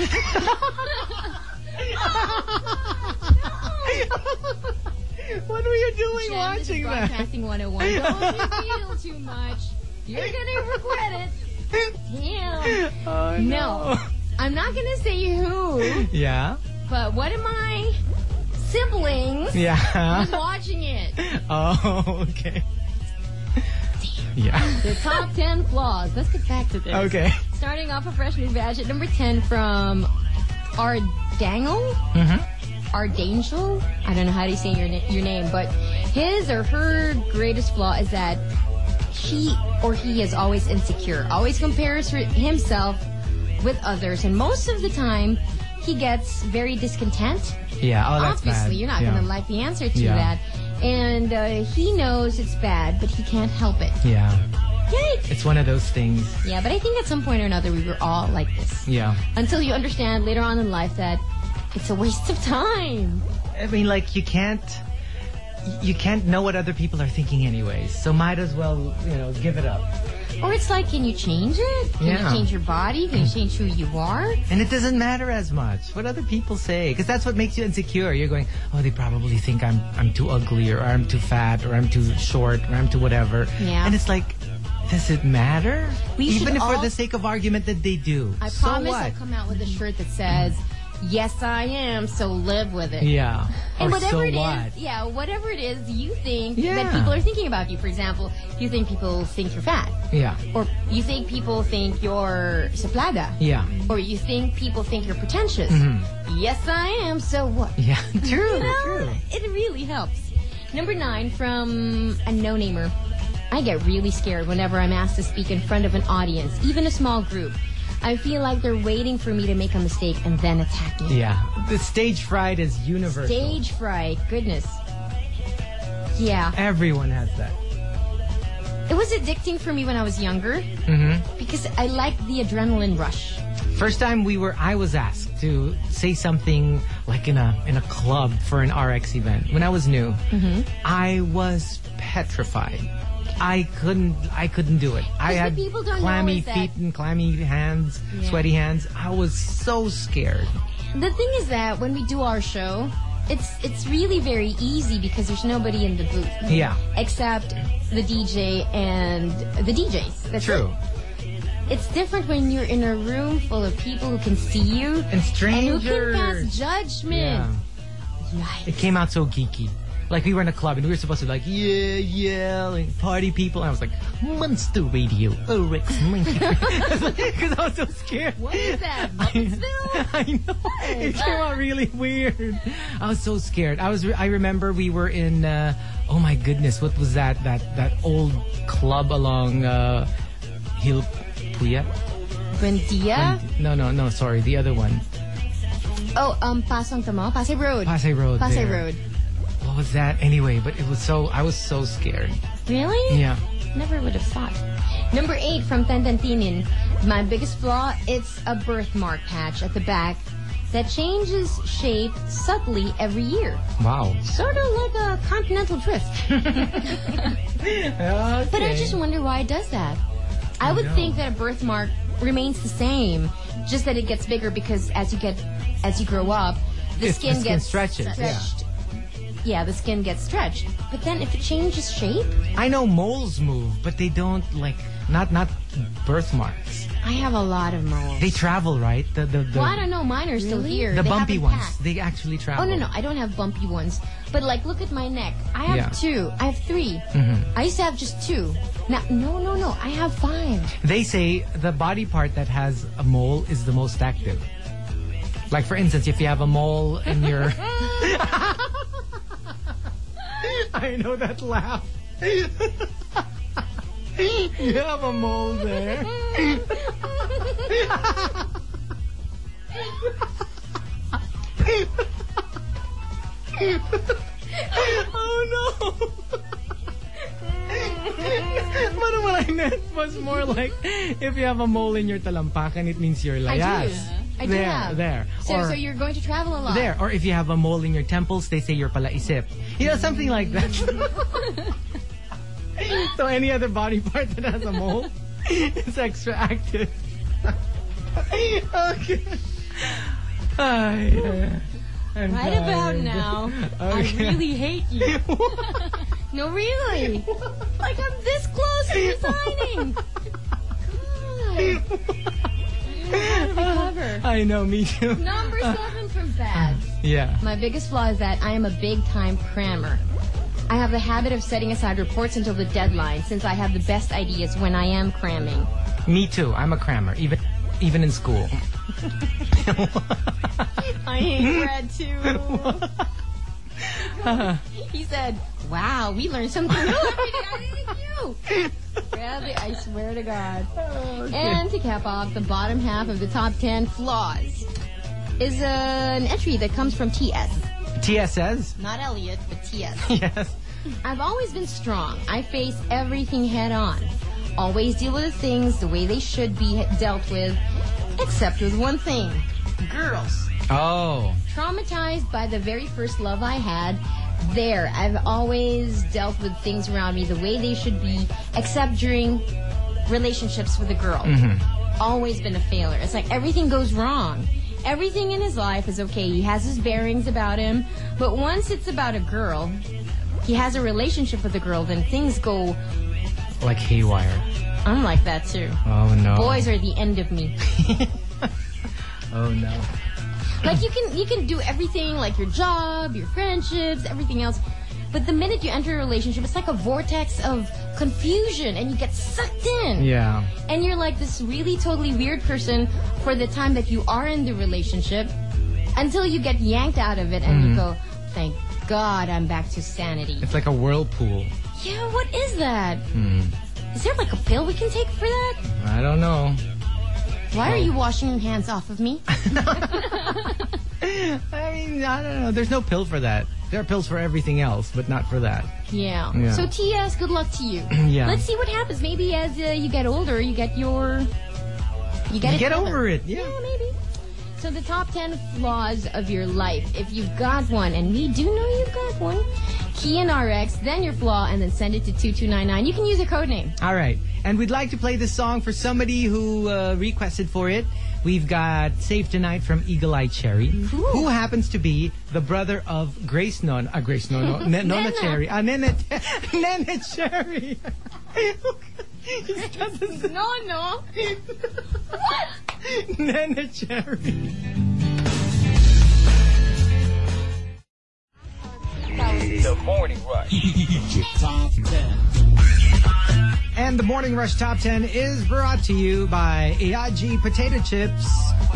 [SPEAKER 4] what were you doing
[SPEAKER 3] Jen, this
[SPEAKER 4] watching
[SPEAKER 3] is
[SPEAKER 4] that?
[SPEAKER 3] Broadcasting 101. Don't you feel too much. You're gonna regret it. Damn.
[SPEAKER 4] Oh,
[SPEAKER 3] No. I'm not gonna say who,
[SPEAKER 4] Yeah.
[SPEAKER 3] but one of my siblings
[SPEAKER 4] Yeah.
[SPEAKER 3] was watching it.
[SPEAKER 4] Oh, okay. Yeah.
[SPEAKER 3] The top 10 flaws. Let's get back to this.
[SPEAKER 4] Okay.
[SPEAKER 3] Starting off a fresh new batch at number 10 from Ardangle? Ardangel? I don't know how to say your, na- your name, but his or her greatest flaw is that she or he is always insecure, always compares her- himself with others, and most of the time he gets very discontent.
[SPEAKER 4] Yeah, oh, that's
[SPEAKER 3] Obviously,
[SPEAKER 4] bad.
[SPEAKER 3] you're not
[SPEAKER 4] yeah.
[SPEAKER 3] going to like the answer to
[SPEAKER 4] Yeah.
[SPEAKER 3] that. And uh, he knows it's bad, but he can't help it.
[SPEAKER 4] Yeah,
[SPEAKER 3] Yikes!
[SPEAKER 4] it's one of those things.
[SPEAKER 3] Yeah, but I think at some point or another we were all like this.
[SPEAKER 4] Yeah.
[SPEAKER 3] Until you understand later on in life that it's a waste of time.
[SPEAKER 4] I mean, like you can't, you can't know what other people are thinking anyways. So might as well, you know, give it up.
[SPEAKER 3] Or it's like, can you change it? Can
[SPEAKER 4] Yeah. Mm.
[SPEAKER 3] you change your body? Can you change who you are?
[SPEAKER 4] And it doesn't matter as much what other people say, because that's what makes you insecure. You're going, oh, they probably think I'm I'm too ugly, or I'm too fat, or I'm too short, or I'm too whatever.
[SPEAKER 3] Yeah.
[SPEAKER 4] And it's like, does it matter?
[SPEAKER 3] We should
[SPEAKER 4] Even if for
[SPEAKER 3] all-
[SPEAKER 4] the sake of argument that they do.
[SPEAKER 3] I
[SPEAKER 4] so
[SPEAKER 3] promise
[SPEAKER 4] what?
[SPEAKER 3] I'll come out with a shirt that says, "Yes, I am." So live with it.
[SPEAKER 4] Yeah.
[SPEAKER 3] And
[SPEAKER 4] or so
[SPEAKER 3] whatever it is,
[SPEAKER 4] what?
[SPEAKER 3] yeah, whatever it is you think
[SPEAKER 4] Yeah.
[SPEAKER 3] that people are thinking about you. For example, you think people think you're fat,
[SPEAKER 4] Yeah.
[SPEAKER 3] or you think people think you're suplada,
[SPEAKER 4] Yeah.
[SPEAKER 3] or you think people think you're pretentious. Yes, I am. So what?
[SPEAKER 4] Yeah.
[SPEAKER 3] You
[SPEAKER 4] true.
[SPEAKER 3] know,
[SPEAKER 4] True.
[SPEAKER 3] It really helps. Number nine from a no namer. I get really scared whenever I'm asked to speak in front of an audience, even a small group. I feel like they're waiting for me to make a mistake and then attack me.
[SPEAKER 4] Yeah. The stage fright is universal.
[SPEAKER 3] Stage fright, goodness. Yeah,
[SPEAKER 4] Everyone has that.
[SPEAKER 3] it was addicting for me when I was younger
[SPEAKER 4] Mm-hmm.
[SPEAKER 3] because I liked the adrenaline rush.
[SPEAKER 4] First time we were, I was asked to say something like in a in a club for an RX event when I was new.
[SPEAKER 3] Mm-hmm.
[SPEAKER 4] I was petrified. I couldn't. I couldn't do it. I
[SPEAKER 3] what
[SPEAKER 4] had
[SPEAKER 3] people don't know
[SPEAKER 4] clammy
[SPEAKER 3] is that-
[SPEAKER 4] feet and clammy hands, sweaty hands. I was so scared.
[SPEAKER 3] The thing is that when we do our show, it's it's really very easy because there's nobody in the booth.
[SPEAKER 4] Yeah.
[SPEAKER 3] Except the DJ and the DJs. That's
[SPEAKER 4] True.
[SPEAKER 3] it. It's different when you're in a room full of people who can see you
[SPEAKER 4] And
[SPEAKER 3] who
[SPEAKER 4] strangers.
[SPEAKER 3] can pass judgment.
[SPEAKER 4] Yeah.
[SPEAKER 3] Yikes.
[SPEAKER 4] It came out so geeky. Like we were in a club and we were supposed to like yeah yeah like party people and I was like Monster Radio RX Monster because I was so scared.
[SPEAKER 3] What is that? Oh, Muppetsville?
[SPEAKER 4] I know. It came out really weird. I was so scared. I was. Re- I remember we were in. Uh, oh my goodness, what was that? That that old club along uh, Hill Puya?
[SPEAKER 3] Buendia?
[SPEAKER 4] No, no, no. Sorry, the other one.
[SPEAKER 3] Oh, um, Pasong Tamo? Pasay Road.
[SPEAKER 4] Pasay Road.
[SPEAKER 3] Pasay
[SPEAKER 4] there.
[SPEAKER 3] Road.
[SPEAKER 4] What was that anyway? But it was so. I was so scared.
[SPEAKER 3] Really?
[SPEAKER 4] Yeah.
[SPEAKER 3] Never would have thought. Number eight from Tantantinin. My biggest flaw, it's a birthmark patch at the back that changes shape subtly every year.
[SPEAKER 4] Wow.
[SPEAKER 3] Sort of like a continental drift. But I just wonder why it does that. I would think that a birthmark remains the same, just that it gets bigger because as you get as you grow up, the
[SPEAKER 4] It's- the
[SPEAKER 3] skin
[SPEAKER 4] skin
[SPEAKER 3] gets
[SPEAKER 4] stretches, yeah.
[SPEAKER 3] stretched. yeah, the skin gets stretched. But then if it changes shape,
[SPEAKER 4] I know moles move, but they don't like not not birthmarks.
[SPEAKER 3] I have a lot of moles.
[SPEAKER 4] They travel, right? The the, the
[SPEAKER 3] Well, I don't know. Mine are still here.
[SPEAKER 4] The
[SPEAKER 3] They
[SPEAKER 4] bumpy
[SPEAKER 3] haven't
[SPEAKER 4] ones.
[SPEAKER 3] packed.
[SPEAKER 4] They actually travel.
[SPEAKER 3] Oh no no, I don't have bumpy ones. But like, look at my neck. I have
[SPEAKER 4] Yeah. Mm-hmm.
[SPEAKER 3] two. I have 3 I used to have just two. Now, no no no, I have five.
[SPEAKER 4] They say the body part that has a mole is the most active. Like for instance, if you have a mole in your I know that laugh. you have a mole there. oh no! but what I meant was more like if you have a mole in your talampakan, it means you're
[SPEAKER 3] I
[SPEAKER 4] layas.
[SPEAKER 3] do. I do
[SPEAKER 4] there,
[SPEAKER 3] have.
[SPEAKER 4] There.
[SPEAKER 3] So
[SPEAKER 4] or
[SPEAKER 3] so you're going to travel a lot.
[SPEAKER 4] there. Or if you have a mole in your temples, they say you're palaisip. You know, something like that. so any other body part that has a mole, it's extra active. okay. Ay, ay. I'm
[SPEAKER 3] Right
[SPEAKER 4] tired.
[SPEAKER 3] about now,
[SPEAKER 4] Okay.
[SPEAKER 3] I really hate you. no, really. like I'm this close to resigning. God. Clever.
[SPEAKER 4] I know, me too.
[SPEAKER 3] Number seven from
[SPEAKER 4] Um,
[SPEAKER 3] bad.
[SPEAKER 4] Yeah.
[SPEAKER 3] My biggest flaw is that I am a big time crammer. I have the habit of setting aside reports until the deadline since I have the best ideas when I am cramming.
[SPEAKER 4] Me too. I'm a crammer, even even in school.
[SPEAKER 3] I hate Brad too. he said, Wow, we learned something new every day. I didn't know." Brad, I swear Oh, to God. And to cap off the bottom half of the top 10 flaws. is an entry that comes from TS.
[SPEAKER 4] TS says,
[SPEAKER 3] Not Elliot, but TS.
[SPEAKER 4] yes.
[SPEAKER 3] I've always been strong. I face everything head on. Always deal with the things the way they should be dealt with, except with one thing girls.
[SPEAKER 4] Oh.
[SPEAKER 3] Traumatized by the very first love I had, there, I've always dealt with things around me the way they should be, except during relationships with a girl. Always been a failure. It's like everything goes wrong. Everything in his life is okay. He has his bearings about him, but once it's about a girl, he has a relationship with a girl, then things go.
[SPEAKER 4] Like haywire.
[SPEAKER 3] I'm like that too.
[SPEAKER 4] Oh no.
[SPEAKER 3] Boys are the end of me.
[SPEAKER 4] Oh no.
[SPEAKER 3] like you can you can do everything, like your job, your friendships, everything else. But the minute you enter a relationship, it's like a vortex of confusion, and you get sucked in.
[SPEAKER 4] Yeah.
[SPEAKER 3] And you're like this really totally weird person for the time that you are in the relationship, until you get yanked out of it, and you go, "Thank God, I'm back to sanity."
[SPEAKER 4] It's like a whirlpool.
[SPEAKER 3] Yeah, what is that? Is there like a pill we can take for that?
[SPEAKER 4] I don't know.
[SPEAKER 3] Why are you washing your hands off of me?
[SPEAKER 4] I, I don't know. There's no pill for that. There are pills for everything else, but not for that.
[SPEAKER 3] Yeah.
[SPEAKER 4] Yeah.
[SPEAKER 3] So TS, good luck to you.
[SPEAKER 4] Yeah.
[SPEAKER 3] Let's see what happens. Maybe as uh, you get older, you get your you get
[SPEAKER 4] You
[SPEAKER 3] it
[SPEAKER 4] get
[SPEAKER 3] together.
[SPEAKER 4] over it, yeah.
[SPEAKER 3] Yeah, maybe. So the top ten flaws of your life, if you've got one, and we do know you've got one. Key in RX, then your flaw, and then send it to two two nine nine. You can use a code name.
[SPEAKER 4] All right. And we'd like to play this song for somebody who uh, requested for it. We've got Save Tonight from Eagle Eye Cherry, who happens to be the brother of Grace Non, uh, Grace Nono, N- Nona Cherry, uh, Nene, Nene Cherry. He's got this-
[SPEAKER 3] No, no.
[SPEAKER 4] Nene Cherry.
[SPEAKER 1] The Morning Rush.
[SPEAKER 4] And the Morning Rush Top 10 is brought to you by Iaji Potato Chips.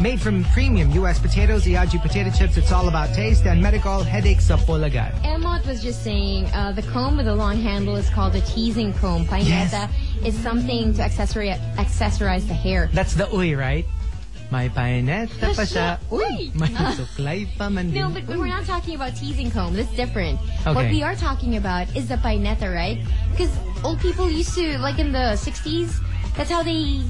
[SPEAKER 4] Made from premium U.S. potatoes, Iaji Potato Chips, it's all about taste and medical headaches of Polagat.
[SPEAKER 3] Emot was just saying uh, the comb with a long handle is called a teasing comb. Paineta is something to accessori- accessorize the hair.
[SPEAKER 4] That's the uy, right? May paineta pa siya.
[SPEAKER 3] Uy!
[SPEAKER 4] Uy! May suklay pa man din.
[SPEAKER 3] No, but we're not talking about teasing comb. That's different. What
[SPEAKER 4] Okay.
[SPEAKER 3] we are talking about is the paineta, right? Because old people used to, like in the 60s, that's how they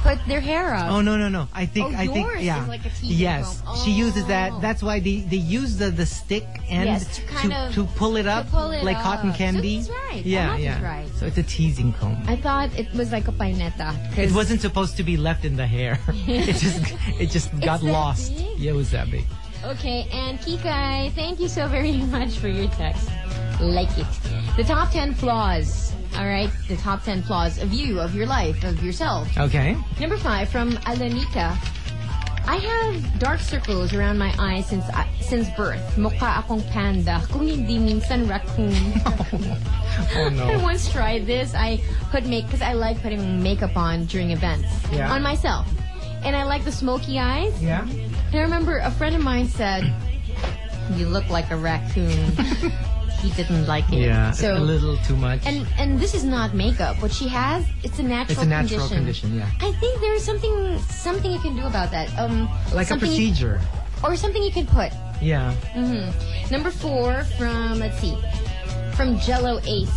[SPEAKER 3] put their hair up.
[SPEAKER 4] Oh no no no! I think
[SPEAKER 3] Oh,
[SPEAKER 4] I think
[SPEAKER 3] yours is
[SPEAKER 4] yeah.
[SPEAKER 3] like a teasing
[SPEAKER 4] yes,
[SPEAKER 3] comb.
[SPEAKER 4] she uses
[SPEAKER 3] Oh.
[SPEAKER 4] that. That's why they they use the the stick end
[SPEAKER 3] Yes, to kind
[SPEAKER 4] to,
[SPEAKER 3] of-
[SPEAKER 4] to pull it
[SPEAKER 3] to
[SPEAKER 4] up
[SPEAKER 3] pull it
[SPEAKER 4] like cotton
[SPEAKER 3] up. So
[SPEAKER 4] candy.
[SPEAKER 3] that's right.
[SPEAKER 4] Yeah
[SPEAKER 3] Ahmad is
[SPEAKER 4] yeah.
[SPEAKER 3] right.
[SPEAKER 4] So it's a teasing comb.
[SPEAKER 3] I thought it was like a paineta. 'cause
[SPEAKER 4] It wasn't supposed to be left in the hair. it just it just got
[SPEAKER 3] that
[SPEAKER 4] lost.
[SPEAKER 3] big?
[SPEAKER 4] Yeah, it was that big.
[SPEAKER 3] Okay, and Kikai, thank you so very much for your text. Like it. The top 10 flaws. All right, the top 10 flaws of you, of your life, of yourself.
[SPEAKER 4] Okay.
[SPEAKER 3] Number five from Alonika. I have dark circles around my eyes since I, since birth. Mukha akong panda, kung hindi minsan raccoon.
[SPEAKER 4] Oh
[SPEAKER 3] I
[SPEAKER 4] no.
[SPEAKER 3] once tried this. I put make because I like putting makeup on during events
[SPEAKER 4] Yeah.
[SPEAKER 3] on myself, and I like the smoky eyes.
[SPEAKER 4] yeah.
[SPEAKER 3] And I remember a friend of mine said, "You look like a raccoon." he didn't like it.
[SPEAKER 4] Yeah.
[SPEAKER 3] So
[SPEAKER 4] a little too much.
[SPEAKER 3] and and this is not makeup. What she has, it's a natural.
[SPEAKER 4] it's a natural condition. Yeah.
[SPEAKER 3] I think there is something something you can do about that. Um,
[SPEAKER 4] Like a
[SPEAKER 3] something-
[SPEAKER 4] procedure.
[SPEAKER 3] or something you can put. Mm-hmm.
[SPEAKER 4] Yeah.
[SPEAKER 3] Number four from let's see, from Jello Ace.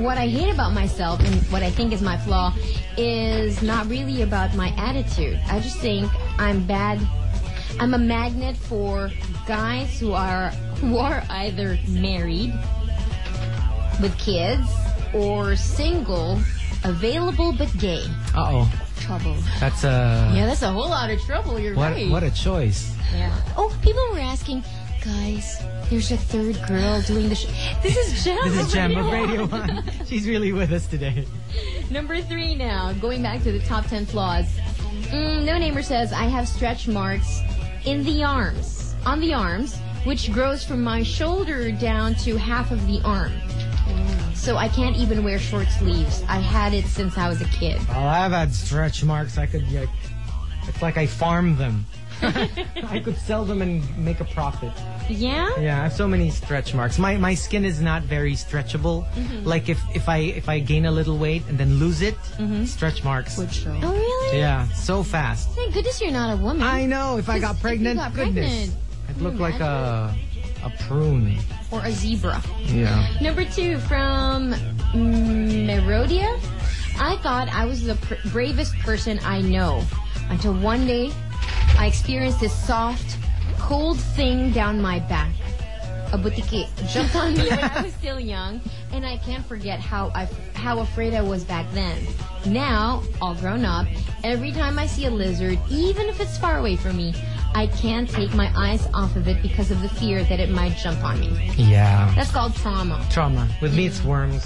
[SPEAKER 3] What I hate about myself and what I think is my flaw is not really about my attitude. I just think I'm bad. I'm a magnet for guys who are who are either married with kids or single, available but gay.
[SPEAKER 4] Uh oh.
[SPEAKER 3] Trouble.
[SPEAKER 4] That's a
[SPEAKER 3] Yeah, that's a whole lot of trouble. You're
[SPEAKER 4] what
[SPEAKER 3] right.
[SPEAKER 4] what a choice.
[SPEAKER 3] Yeah. Oh, people were asking, guys, there's a third girl doing the show. This is Jem.
[SPEAKER 4] This is
[SPEAKER 3] of
[SPEAKER 4] Gem
[SPEAKER 3] Radio
[SPEAKER 4] of Radio
[SPEAKER 3] One.
[SPEAKER 4] One. She's really with us today.
[SPEAKER 3] Number three now, going back to the top 10 flaws. Mm, no Namer says, I have stretch marks in the arms, on the arms, which grows from my shoulder down to half of the arm. So I can't even wear short sleeves. I had it since I was a kid.
[SPEAKER 4] Well, I've had stretch marks. I could like, it's like I farm them. I could sell them and make a profit.
[SPEAKER 3] Yeah?
[SPEAKER 4] Yeah, I have so many stretch marks. My my skin is not very stretchable.
[SPEAKER 8] Mm-hmm. Mm-hmm.
[SPEAKER 4] Like if if I if I gain a little weight and then lose it, stretch marks.
[SPEAKER 3] Oh, really?
[SPEAKER 4] Yeah, so fast.
[SPEAKER 8] Thank goodness you're not a woman.
[SPEAKER 4] I know. If I got
[SPEAKER 8] If you
[SPEAKER 4] pregnant,
[SPEAKER 8] got
[SPEAKER 4] goodness,
[SPEAKER 8] pregnant,
[SPEAKER 4] I'd look like a a prune.
[SPEAKER 8] or a zebra.
[SPEAKER 4] Yeah.
[SPEAKER 3] Number two from mm, Merodia. I thought I was the pr- bravest person I know until one day I experienced this soft, cold thing down my back. A butiki jumped on me when I was still young, and I can't forget how I how afraid I was back then. Now, all grown up, every time I see a lizard, even if it's far away from me, I can't take my eyes off of it because of the fear that it might jump on me.
[SPEAKER 4] Yeah.
[SPEAKER 3] That's called trauma.
[SPEAKER 4] Trauma. With me, it's worms.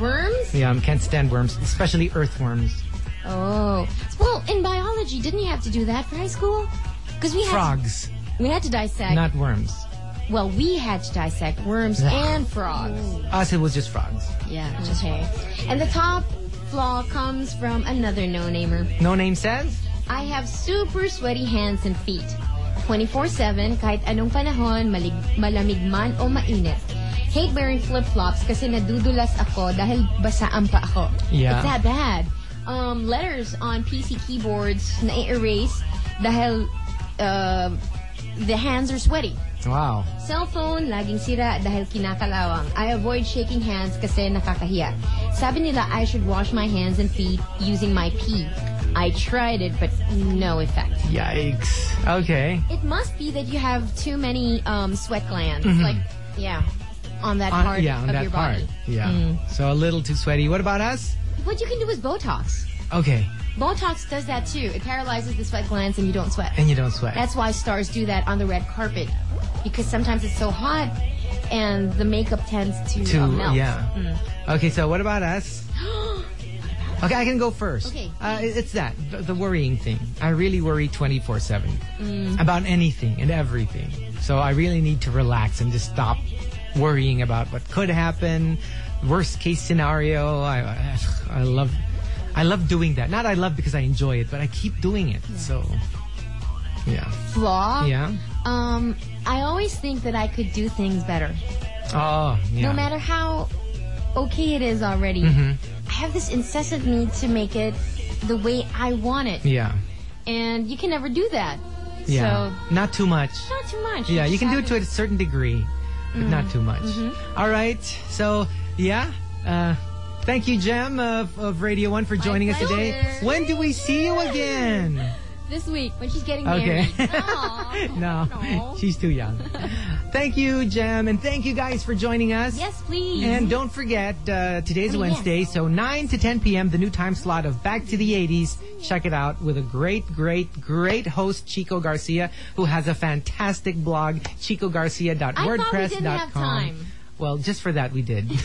[SPEAKER 3] Worms?
[SPEAKER 4] Yeah, I can't stand worms, especially earthworms.
[SPEAKER 3] Oh.
[SPEAKER 8] Well, in biology, didn't you have to do that for high school?
[SPEAKER 3] Because we had,
[SPEAKER 4] Frogs,
[SPEAKER 3] we had to dissect.
[SPEAKER 4] not worms.
[SPEAKER 3] well, we had to dissect worms and frogs.
[SPEAKER 4] Us, it was just frogs.
[SPEAKER 8] Yeah, just
[SPEAKER 3] Okay. And the top flaw comes from another no-namer.
[SPEAKER 4] No name says.
[SPEAKER 3] I have super sweaty hands and feet. 24-7, kahit anong panahon, malig, malamig man o mainit. Hate wearing flip-flops kasi nadudulas ako dahil basa ang pa ako.
[SPEAKER 4] Yeah.
[SPEAKER 3] It's that bad. Um, letters on PC keyboards na erase dahil uh, the hands are sweaty.
[SPEAKER 4] Wow.
[SPEAKER 3] Cell phone, laging sira dahil kinakalawang. I avoid shaking hands kasi nakakahiya. Sabi nila I should wash my hands and feet using my pee. I tried it, but no effect.
[SPEAKER 4] Yikes. Okay.
[SPEAKER 3] It must be that you have too many um, sweat glands. Like, yeah, on that
[SPEAKER 4] Mm-hmm. On-
[SPEAKER 3] part
[SPEAKER 4] yeah, on
[SPEAKER 3] of
[SPEAKER 4] that
[SPEAKER 3] your
[SPEAKER 4] part.
[SPEAKER 3] body. Mm.
[SPEAKER 4] Yeah. So a little too sweaty. What about us?
[SPEAKER 3] What you can do is Botox.
[SPEAKER 4] Okay.
[SPEAKER 3] Botox does that too. It paralyzes the sweat glands and you don't sweat.
[SPEAKER 4] And you don't sweat.
[SPEAKER 3] That's why stars do that on the red carpet because sometimes it's so hot and the makeup tends to,
[SPEAKER 4] too.
[SPEAKER 3] uh, melt.
[SPEAKER 4] Yeah.
[SPEAKER 3] Mm.
[SPEAKER 4] Okay. So what about us? Okay, I can go first.
[SPEAKER 3] Okay.
[SPEAKER 4] Uh, it- it's that, the, the worrying thing. I really worry 24 7
[SPEAKER 3] Mm.
[SPEAKER 4] about anything and everything. So I really need to relax and just stop worrying about what could happen, worst case scenario. I, I, I love. I love doing that. Not I love because I enjoy it, but I keep doing it. So, yeah.
[SPEAKER 3] flaw.
[SPEAKER 4] Yeah.
[SPEAKER 3] Um, I always think that I could do things better,
[SPEAKER 4] Oh, yeah. Mm-hmm.
[SPEAKER 3] no matter how okay it is already. I have this incessant need to make it the way I want it,
[SPEAKER 4] Yeah.
[SPEAKER 3] and you can never do that.
[SPEAKER 4] Yeah.
[SPEAKER 3] So
[SPEAKER 4] Not too much.
[SPEAKER 3] not too much.
[SPEAKER 4] Yeah, you
[SPEAKER 3] just
[SPEAKER 4] can do
[SPEAKER 3] have
[SPEAKER 4] it to a certain degree, but
[SPEAKER 3] Mm-hmm.
[SPEAKER 4] not too much. All right. So, yeah. Uh, thank you, Jem of, of Radio 1 for joining us today.
[SPEAKER 3] pleasure.
[SPEAKER 4] When do we see you again?
[SPEAKER 3] this week when she's getting
[SPEAKER 4] Okay.
[SPEAKER 3] married. Aw.
[SPEAKER 4] no, she's too young. thank you, Jem, and thank you guys for joining us.
[SPEAKER 3] yes, please.
[SPEAKER 4] And don't forget, uh, today's
[SPEAKER 3] Oh, yeah.
[SPEAKER 4] Wednesday, so 9 to 10 p.m., the new time slot of Back to the 80s. Check it out with a great, great, great host, Chico Garcia, who has a fantastic blog,
[SPEAKER 3] I thought we didn't have
[SPEAKER 4] chicogarcia.wordpress.com.
[SPEAKER 3] time.
[SPEAKER 4] Well, just for that, we did.